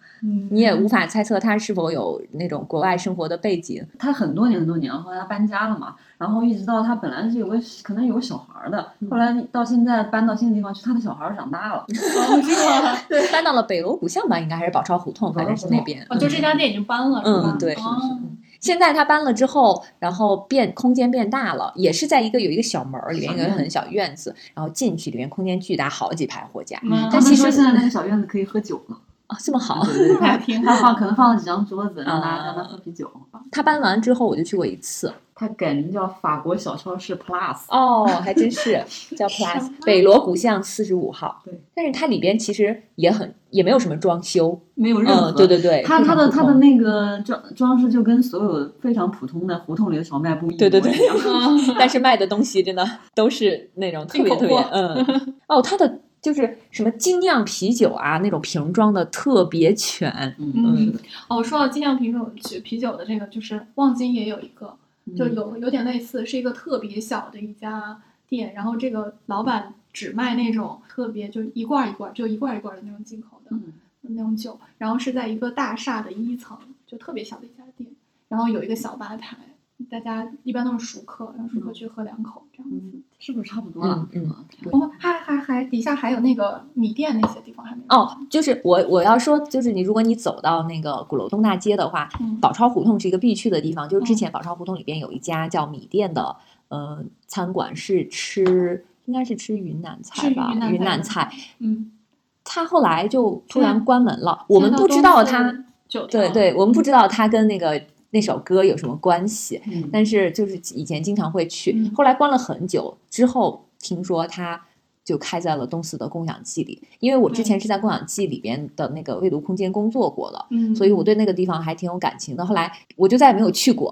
S1: 你也无法猜测他是否有那种国外生活的背 景。
S2: 他很多年很多年，后来他搬家了嘛，然后一直到他本来是有个可能有个小孩儿的，后来到现在搬到新的地方去，他的小孩儿长大了，
S3: 哦是吗？
S1: 对，搬到了北锣鼓巷吧，应该还是宝钞胡同，反正是那边。
S3: 哦，就这家店已经搬了，是吧？
S1: 嗯对
S3: 哦
S1: 现在他搬了之后，然后变空间变大了，也是在一个有一个小门儿，里面有一个很小院子，然后进去里面空间巨大，好几排货架。
S3: 嗯
S2: 他
S1: 但
S2: 们
S1: 其实
S2: 说现在那个小院子可以喝酒了，
S1: 啊，这么好。
S2: 对对，他
S3: 挺
S2: 他放可能放了几张桌子，让大家
S1: 啊
S2: 在那喝啤酒。
S1: 他搬完之后我就去过一次，
S2: 他改名叫法国小超市 Plus，
S1: 哦，还真是 叫
S3: 什
S1: Plus
S3: 么
S1: 北锣鼓巷四十五号。
S2: 对，
S1: 但是它里边其实也很也没有什么装修，
S2: 没有任何。
S1: 嗯，对对对，
S2: 他
S1: 非
S2: 他
S1: 常
S2: 的
S1: 普
S2: 他
S1: 通
S2: 的那个装装饰就跟所有非常普通的胡同里的小卖部一模
S1: 对对对
S2: 一 样。
S1: 但是卖的东西真的都是那种特
S3: 进
S1: 别
S3: 口
S1: 特别
S3: 货
S1: 嗯哦，它的就是什么精酿啤酒啊那种瓶装的特别全，
S2: 嗯，
S3: 嗯
S2: 是的，
S3: 哦，说到精酿啤酒啤啤酒的这个，就是望京也有一个，就
S1: 嗯
S3: 有有点类似，是一个特别小的一家店，然后这个老板只卖那种特别就一罐儿一罐儿，就一罐儿一罐儿的那种进口的
S2: 嗯
S3: 那种酒，然后是在一个大厦的一层，就特别小的一家店，然后有一个小吧台，大家一般都是熟客，然后熟客去喝两口这样子。
S2: 嗯，是不是差不多了？哦
S1: 嗯
S3: 我们还还还底下还有那个米店那些地方还没有
S1: 哦，就是我我要说，就是你如果你走到那个鼓楼东大街的话，
S3: 嗯
S1: 宝钞胡同是一个必去的地方。就是之
S3: 嗯
S1: 前宝钞胡同里边有一家叫米店的，呃，餐馆是吃应该是吃云南菜
S3: 是
S1: 吧，
S3: 云南菜吗
S1: 菜。
S3: 嗯，
S1: 它后来就突
S3: 现
S1: 然
S3: 在
S1: 关门了，我们不知道它，
S3: 酒
S1: 对对，我们不知道它跟那个那首歌有什么关系，
S2: 嗯
S1: 但是就是以前经常会去
S3: 嗯，
S1: 后来关了很久之后，听说它就开在了东四的共享记里，因为我之前是在共享记里边的那个未读空间工作过的，
S3: 嗯，
S1: 所以我对那个地方还挺有感情的。后来我就再也没有去过，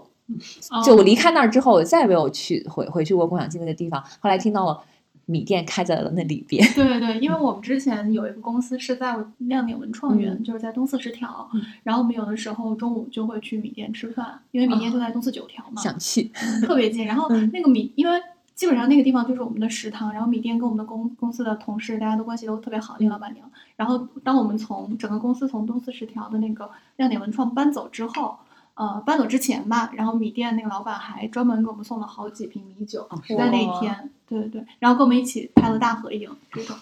S3: 哦
S1: 就我离开那儿之后，我再也没有去回回去过共享记那个地方。后来听到了米店开在了那里边，
S3: 对对对，因为我们之前有一个公司是在亮点文创园，
S1: 嗯
S3: 就是在东四十条，
S1: 嗯
S3: 然后我们有的时候中午就会去米店吃饭，因为米店
S1: 哦
S3: 就在东四九条嘛，
S1: 想去，
S3: 特别近。然后
S1: 嗯
S3: 那个米，因为基本上那个地方就是我们的食堂，然后米店跟我们的公公司的同事，大家都关系都特别
S1: 嗯
S3: 好，那个老板娘。然后当我们从整个公司从东四十条的那个亮点文创搬走之后。呃，搬走之前吧，然后米店那个老板还专门给我们送了好几瓶米酒，
S2: 哦
S3: 就在那一
S1: 哇
S3: 天，对对对，然后跟我们一起拍了大合影这种。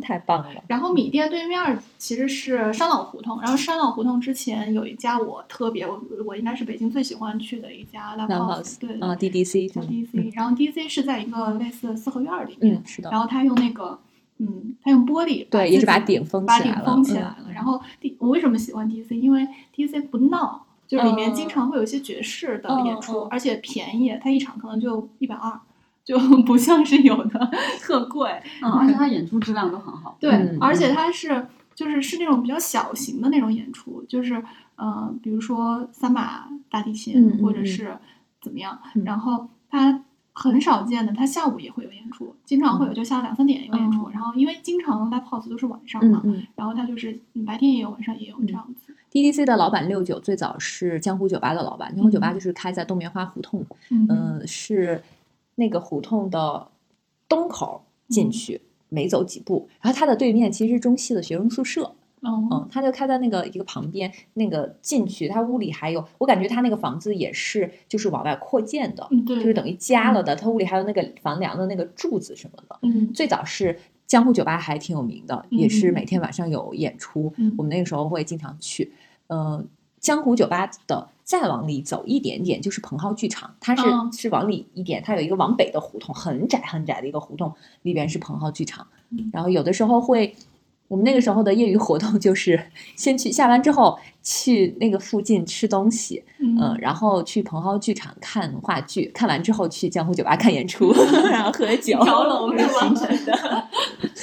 S1: 太棒了。
S3: 然后米店对面儿其实是山老胡同，然后山老胡同之前有一家我特别我我应该是北京最喜欢去的一家 Live
S1: Live
S3: House，对
S1: 啊，DDC，
S3: 叫
S1: 嗯
S3: DC，、然后 DC 是在一个类似四合院儿里面，
S1: 嗯，是的，
S3: 然后他用那个嗯，他用玻璃
S1: 对，也是
S3: 自己
S1: 把顶封
S3: 把
S1: 起
S3: 顶
S1: 来了，
S3: 封起来
S1: 嗯
S3: 了。然后 D 我为什么喜欢 DC？因为 DC 不闹，就是里面
S1: 嗯
S3: 经常会有一些爵士的演出，
S1: 嗯嗯
S3: 而且便宜，它一场可能就一百二，就不像是有的 特贵。
S2: 嗯，而且他演出质量都很好。
S3: 对，
S1: 嗯
S3: 而且它是就是是那种比较小型的那种演出，就是呃，比如说三把大提琴、
S1: 嗯嗯
S3: 或者
S1: 嗯
S3: 是怎么样，
S1: 嗯
S3: 然后它很少见的，它下午也会有演出，经常会有，就下午两三点有演出，
S1: 嗯哦
S3: 然后因为经常 live house 都是晚上嘛
S1: 嗯。嗯
S3: 然后它就是嗯白天也有，晚上也有这样子。
S1: ，DDC 的老板六九最早是江湖酒吧的老板，江湖酒吧就是开在东棉花胡同，
S3: 嗯，
S1: 嗯，是那个胡同的东口进
S3: 嗯
S1: 去，没走几步，然后它的对面其实是中戏的学生宿舍，
S3: 哦，
S1: 嗯，他就开在那个一个旁边，那个进去，他屋里还有，我感觉他那个房子也是就是往外扩建的，
S3: 嗯，
S1: 就
S3: 对，
S1: 是等于加了的，他屋里还有那个房梁的那个柱子什么的。
S3: 嗯，
S1: 最早是江户酒吧还挺有名的，也是
S3: 嗯
S1: 每天晚上有演出，
S3: 嗯
S1: 我们那个时候会经常去。呃，江湖酒吧的再往里走一点点就是彭浩剧场，它是、
S3: 哦
S1: 是往里一点，它有一个往北的胡同，很窄很窄的一个胡同，里边是彭浩剧场。
S3: 嗯
S1: 然后有的时候会，我们那个时候的业余活动就是先去下班之后去那个附近吃东西，嗯，
S3: 嗯，
S1: 然后去彭浩剧场看话剧，看完之后去江湖酒吧看演出， 然后喝酒，
S3: 条龙是吧
S1: 行程的。嗯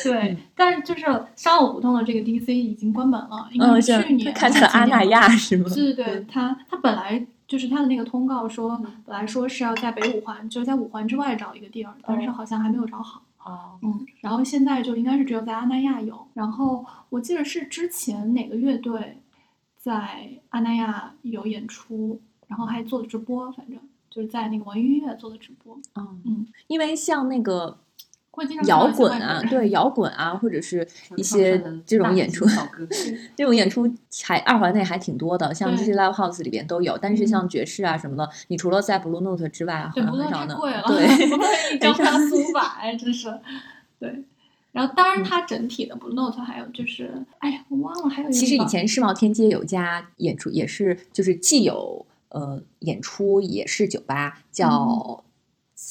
S3: 对，但是就是商务胡同的这个 DC 已经关门了，应该
S1: 嗯，
S3: 是
S1: 是
S3: 去年
S1: 看在
S3: 还是
S1: 了
S3: 今
S1: 阿
S3: 年
S1: 那
S3: 了
S1: 亚是吗？
S3: 对对对，他他本来就是他的那个通告说，
S1: 嗯
S3: 本来说是要在北五环，就是在五环之外找一个地儿，但是好像还没有找好。
S1: 哦，
S3: 嗯，然后现在就应该是只有在阿那亚有。然后我记得是之前哪个乐队在阿那亚有演出，然后还做了直播，反正就是在那个网易音乐做的直播。嗯，
S1: 因为像那个
S3: 会经常看到
S1: 摇
S3: 一些
S1: 滚
S3: 外国
S1: 啊，
S3: 人
S1: 对摇滚啊，或者是 一
S2: 小
S1: 些
S2: 超市的
S1: 这
S2: 大
S1: 种
S2: 提
S1: 演
S2: 琴
S1: 出，
S2: 小 哥哥
S1: 这种演出还二环内还挺多的，像这
S3: 对嗯
S1: 些 live house 里边都有。但是像爵士啊什么的，你除了在 Blue Note 之外，好
S3: 对，
S1: 像
S3: 不过
S1: 很少
S3: 太
S1: 能
S3: 贵了，
S1: 对
S3: 不过 一张三四五百，真是，对。然后，
S1: 嗯
S3: 当然，它整体的 Blue Note 还有就是，哎呀，我忘了还有一个
S1: 其实
S3: 地
S1: 以
S3: 方
S1: 前世贸天阶有一家演出，
S3: 嗯
S1: 也是就是既有呃演出，也是酒吧，叫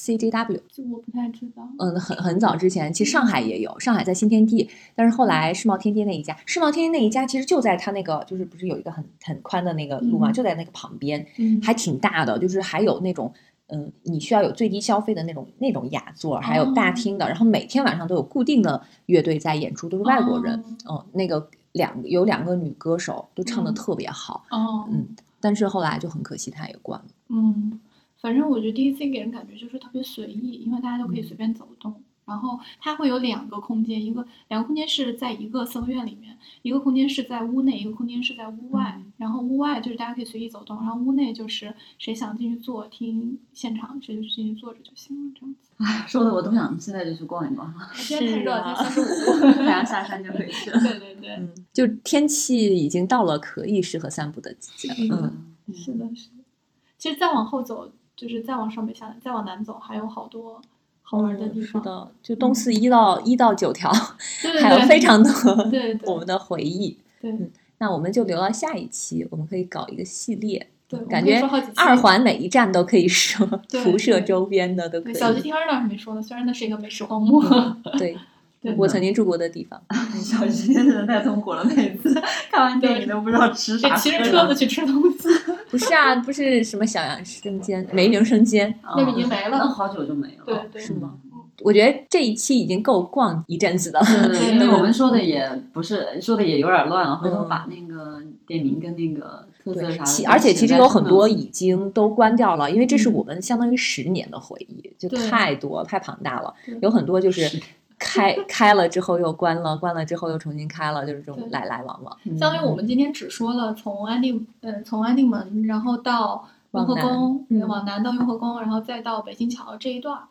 S1: CJW，
S3: 就我不太知道。
S1: 嗯，很很早之前，其实上海也有，上海在新天地，但是后来世贸天阶那一家，世贸天阶那一家其实就在它那个就是不是有一个很很宽的那个路嘛，
S3: 嗯
S1: 就在那个旁边，
S3: 嗯，
S1: 还挺大的，就是还有那种。嗯，你需要有最低消费的那种那种雅座，还有
S3: 哦
S1: 大厅的，然后每天晚上都有固定的乐队在演出，都是外国人。嗯，那个两有两个女歌手都唱的
S3: 哦嗯
S1: 特别好，
S3: 哦，
S1: 嗯但是后来就很可惜，她也关了。
S3: 嗯，反正我觉得 DC 给人感觉就是特别随意，因为大家都可以
S1: 嗯
S3: 随便走动。然后它会有两个空间，一个两个空间是在一个四合院里面，一个空间是在屋内，一个空间是在屋外。
S1: 嗯
S3: 然后屋外就是大家可以随意走动，然后屋内就是谁想进去坐听现场，谁就进去坐着就行了，这样子。
S2: 哎， 说的我都想现在就去逛一逛，。
S3: 今天太热了，
S1: 是
S3: 今
S1: 啊
S3: 天三十
S2: 大
S3: 五
S2: 家下山就可以去了。
S3: 对对对，
S1: 嗯，就天气已经到了可以适合散步的季节了。嗯，
S3: 是的，是的。其实再往后走，就是再往上北下，再往南走，还有好多好玩的地
S1: 哦是
S3: 方。
S1: 的，就东四一到一到九条，
S3: 对对对，
S1: 还有非常多
S3: 对
S1: 我们嗯
S3: 对
S1: 的回忆。
S3: 对
S1: 那我们就留到下一期，我们可以搞一个系列，
S3: 对，我们
S1: 感
S3: 可以
S1: 觉
S3: 说好几次
S1: 二环每一站都可以说，
S3: 对
S1: 辐射
S3: 对
S1: 周边的都可
S3: 对小
S1: 以
S3: 鸡。天儿倒是没说呢，虽然那是一个美食荒漠。
S1: 对，
S3: 对
S1: 我曾经住过的地方。
S2: 小时间真的太痛苦了，每次看完电影都不知道吃
S3: 得
S2: 啥，
S3: 骑着
S2: 喝
S3: 车
S2: 啥
S3: 子去吃东西，
S1: 不是啊，不是什么小杨生煎、梅宁生煎，
S2: 啊
S3: 那个已经没了
S2: 那好久就没了。
S3: 对对
S1: 是吗
S3: 嗯？
S1: 我觉得这一期已经够逛一阵子的了。
S2: 对对，因为
S3: 对
S2: 我们说的也不是说的也有点乱了，回头
S1: 嗯
S2: 把那个店名跟那个特色
S1: 对
S2: 啥，
S1: 其
S2: 的，
S1: 而且其实有很多
S2: 嗯
S1: 已经都关掉了，因为这是我们相当于十年的回忆，就
S3: 嗯对
S1: 太多太庞大了
S3: 对，
S1: 有很多就是
S2: 是
S1: 开开了之后又关了，关了之后又重新开了，就是这种
S3: 对
S1: 来来往往。
S3: 相当于我们今天只说了从安定，呃，从安定门，然后到雍
S1: 往
S3: 和
S1: 南
S3: 宫，
S1: 嗯
S3: 对往南到雍和宫，然后再到北新桥这一段儿，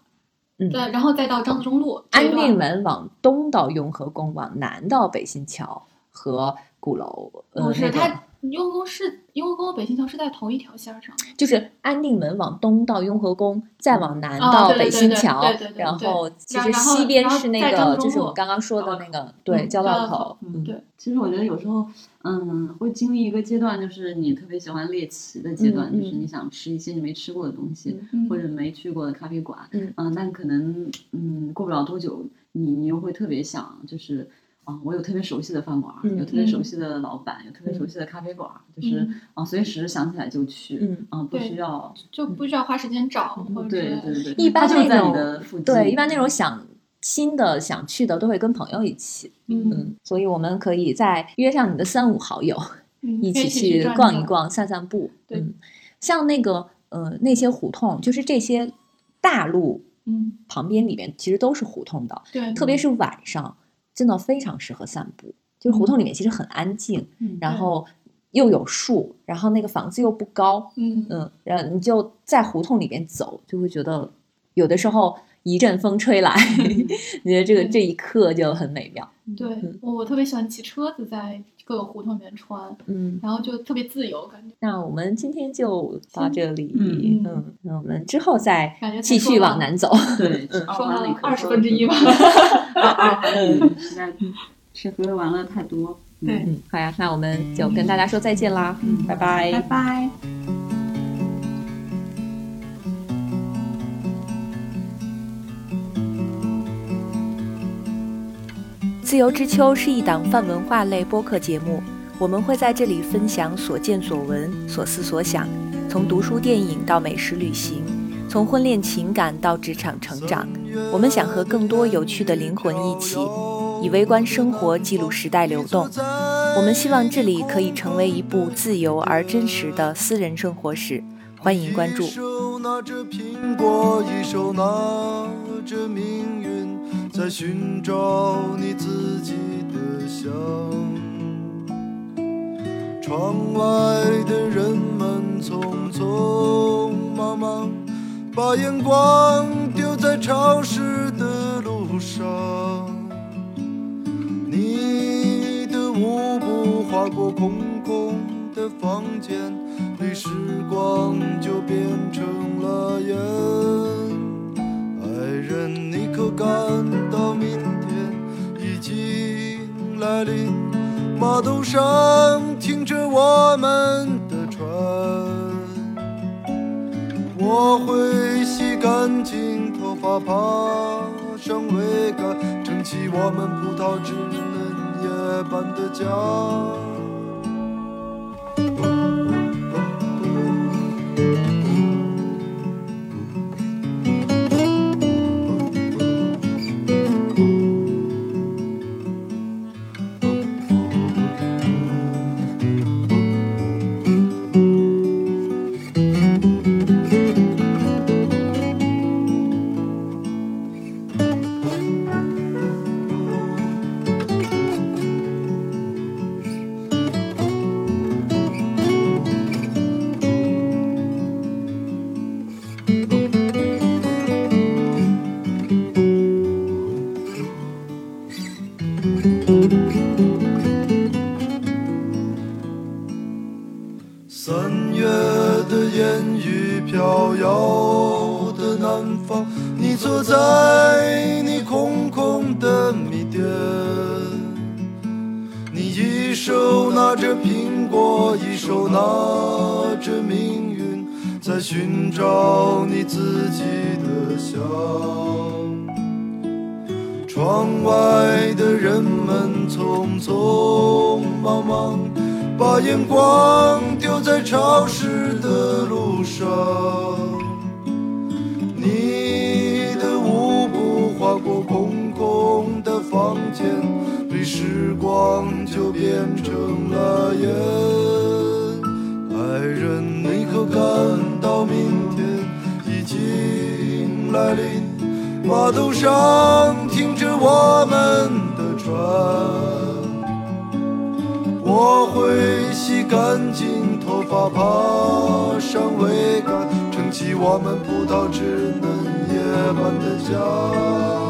S1: 嗯
S3: 对，然后再到张自忠路这一
S1: 安
S3: 段儿，
S1: 定门往东到雍和宫，往南到北新桥和鼓楼，呃，
S3: 不是
S1: 那个
S3: 它雍和宫是雍和宫和北新桥是在同一条线儿上，
S1: 就是安定门往东到雍和宫，再往南
S3: 哦
S1: 到
S3: 对对
S1: 北
S3: 对
S1: 新
S3: 对
S1: 桥
S3: 对对，对
S1: 然
S3: 对
S1: 后其
S3: 然
S1: 实
S3: 然后
S1: 西边
S3: 然后
S1: 是那
S3: 再张
S1: 个，
S3: 中
S1: 就是我
S3: 路
S1: 们刚刚说的那个，对，
S3: 嗯
S1: 交
S3: 交
S1: 道
S3: 道口
S1: 口，
S2: 嗯
S3: 对，
S2: 其实我觉得有时候，嗯，会经历一个阶段，就是你特别喜欢猎奇的阶段，
S1: 嗯嗯
S2: 就是你想吃一些你没吃过的东西，
S3: 嗯
S2: 或者没去过的咖啡馆，
S1: 嗯
S2: 但可能嗯，过不了多久，你你又会特别想，就是啊、我有特别熟悉的饭馆，
S1: 嗯
S2: 有特别熟
S3: 嗯
S2: 悉的老板，有特别熟悉的咖啡馆，就是啊
S3: 嗯、
S2: 随时想起来就去，
S1: 嗯
S2: 啊、不
S3: 对
S2: 需要，
S3: 就不需要花时间找，
S1: 嗯
S3: 或者
S2: 对
S3: 之类的
S2: 对对，
S1: 一般
S2: 它就
S1: 那
S2: 在你
S1: 种
S2: 的附近，
S3: 嗯
S1: 对，一般那种想新的、想去的，都会跟朋友一起，
S3: 嗯
S1: 嗯，所以我们可以再约上你的三五好 友，
S3: 嗯，
S1: 一
S3: 可以
S1: 起
S3: 一
S1: 去
S3: 转
S1: 逛一
S3: 转，
S1: 逛、散散步，
S3: 对
S1: 嗯，像那个呃那些胡同，就是这些大路
S3: 嗯，
S1: 旁边里面其实都是胡同的，
S3: 对，
S1: 特别是晚上，真的非常适合散步。就是胡同里面其实很安静，
S2: 嗯
S1: 然
S3: 嗯对
S1: 后又有树，然后那个房子又不高，
S3: 嗯
S1: 嗯，然后你就在胡同里面走，就会觉得有的时候一阵风吹来， 你觉得这个
S3: 对
S1: 这一刻就很美妙。
S3: 对
S1: 嗯
S3: 我我特别喜欢骑车子在各个胡同里面穿，
S1: 嗯，
S3: 然后就特别自由，感觉
S1: 那我们今天就到这里，
S2: 嗯
S3: 嗯
S1: 嗯，那我们之后再
S3: 感觉
S1: 继续往南走。
S2: 对，
S3: 说
S2: 了
S3: 了二十分之一吧。
S2: 嗯，实在吃喝玩乐太多，嗯
S3: 对
S1: 嗯，好呀，那我们就跟大家说再见啦，拜拜，
S2: 拜拜。
S4: 自由之秋是一档泛文化类播客节目，我们会在这里分享所见所闻、所思所想，从读书、电影到美食、旅行，从婚恋情感到职场成长，我们想和更多有趣的灵魂一起，以微观生活记录时代流动。我们希望这里可以成为一部自由而真实的私人生活史，欢迎关注
S5: 一。手拿着苹果，一手拿着命运，在寻找你自己的香。窗外的人们匆匆忙忙，把眼光丢在潮湿的路上。你的舞步划过空空的房间里，时光就变成了烟。爱人，你可感到明天已经来临？码头上停着我们的船，我会洗干干净，头发爬上桅杆，撑起我们葡萄枝嫩叶般的家。三月的烟雨飘摇的南方，你坐在你空空的米店，你一手拿着苹果，一手拿着命运，在寻找你自己的香。窗外的人们匆匆忙忙，把眼光丢在潮湿的路上。你的舞步划过空空的房间，对时光就变成了烟。爱人，你可感到明天已经来临？码头上停着我们的船，我会洗干净头发，爬上桅杆，撑起我们葡萄枝嫩叶般的家。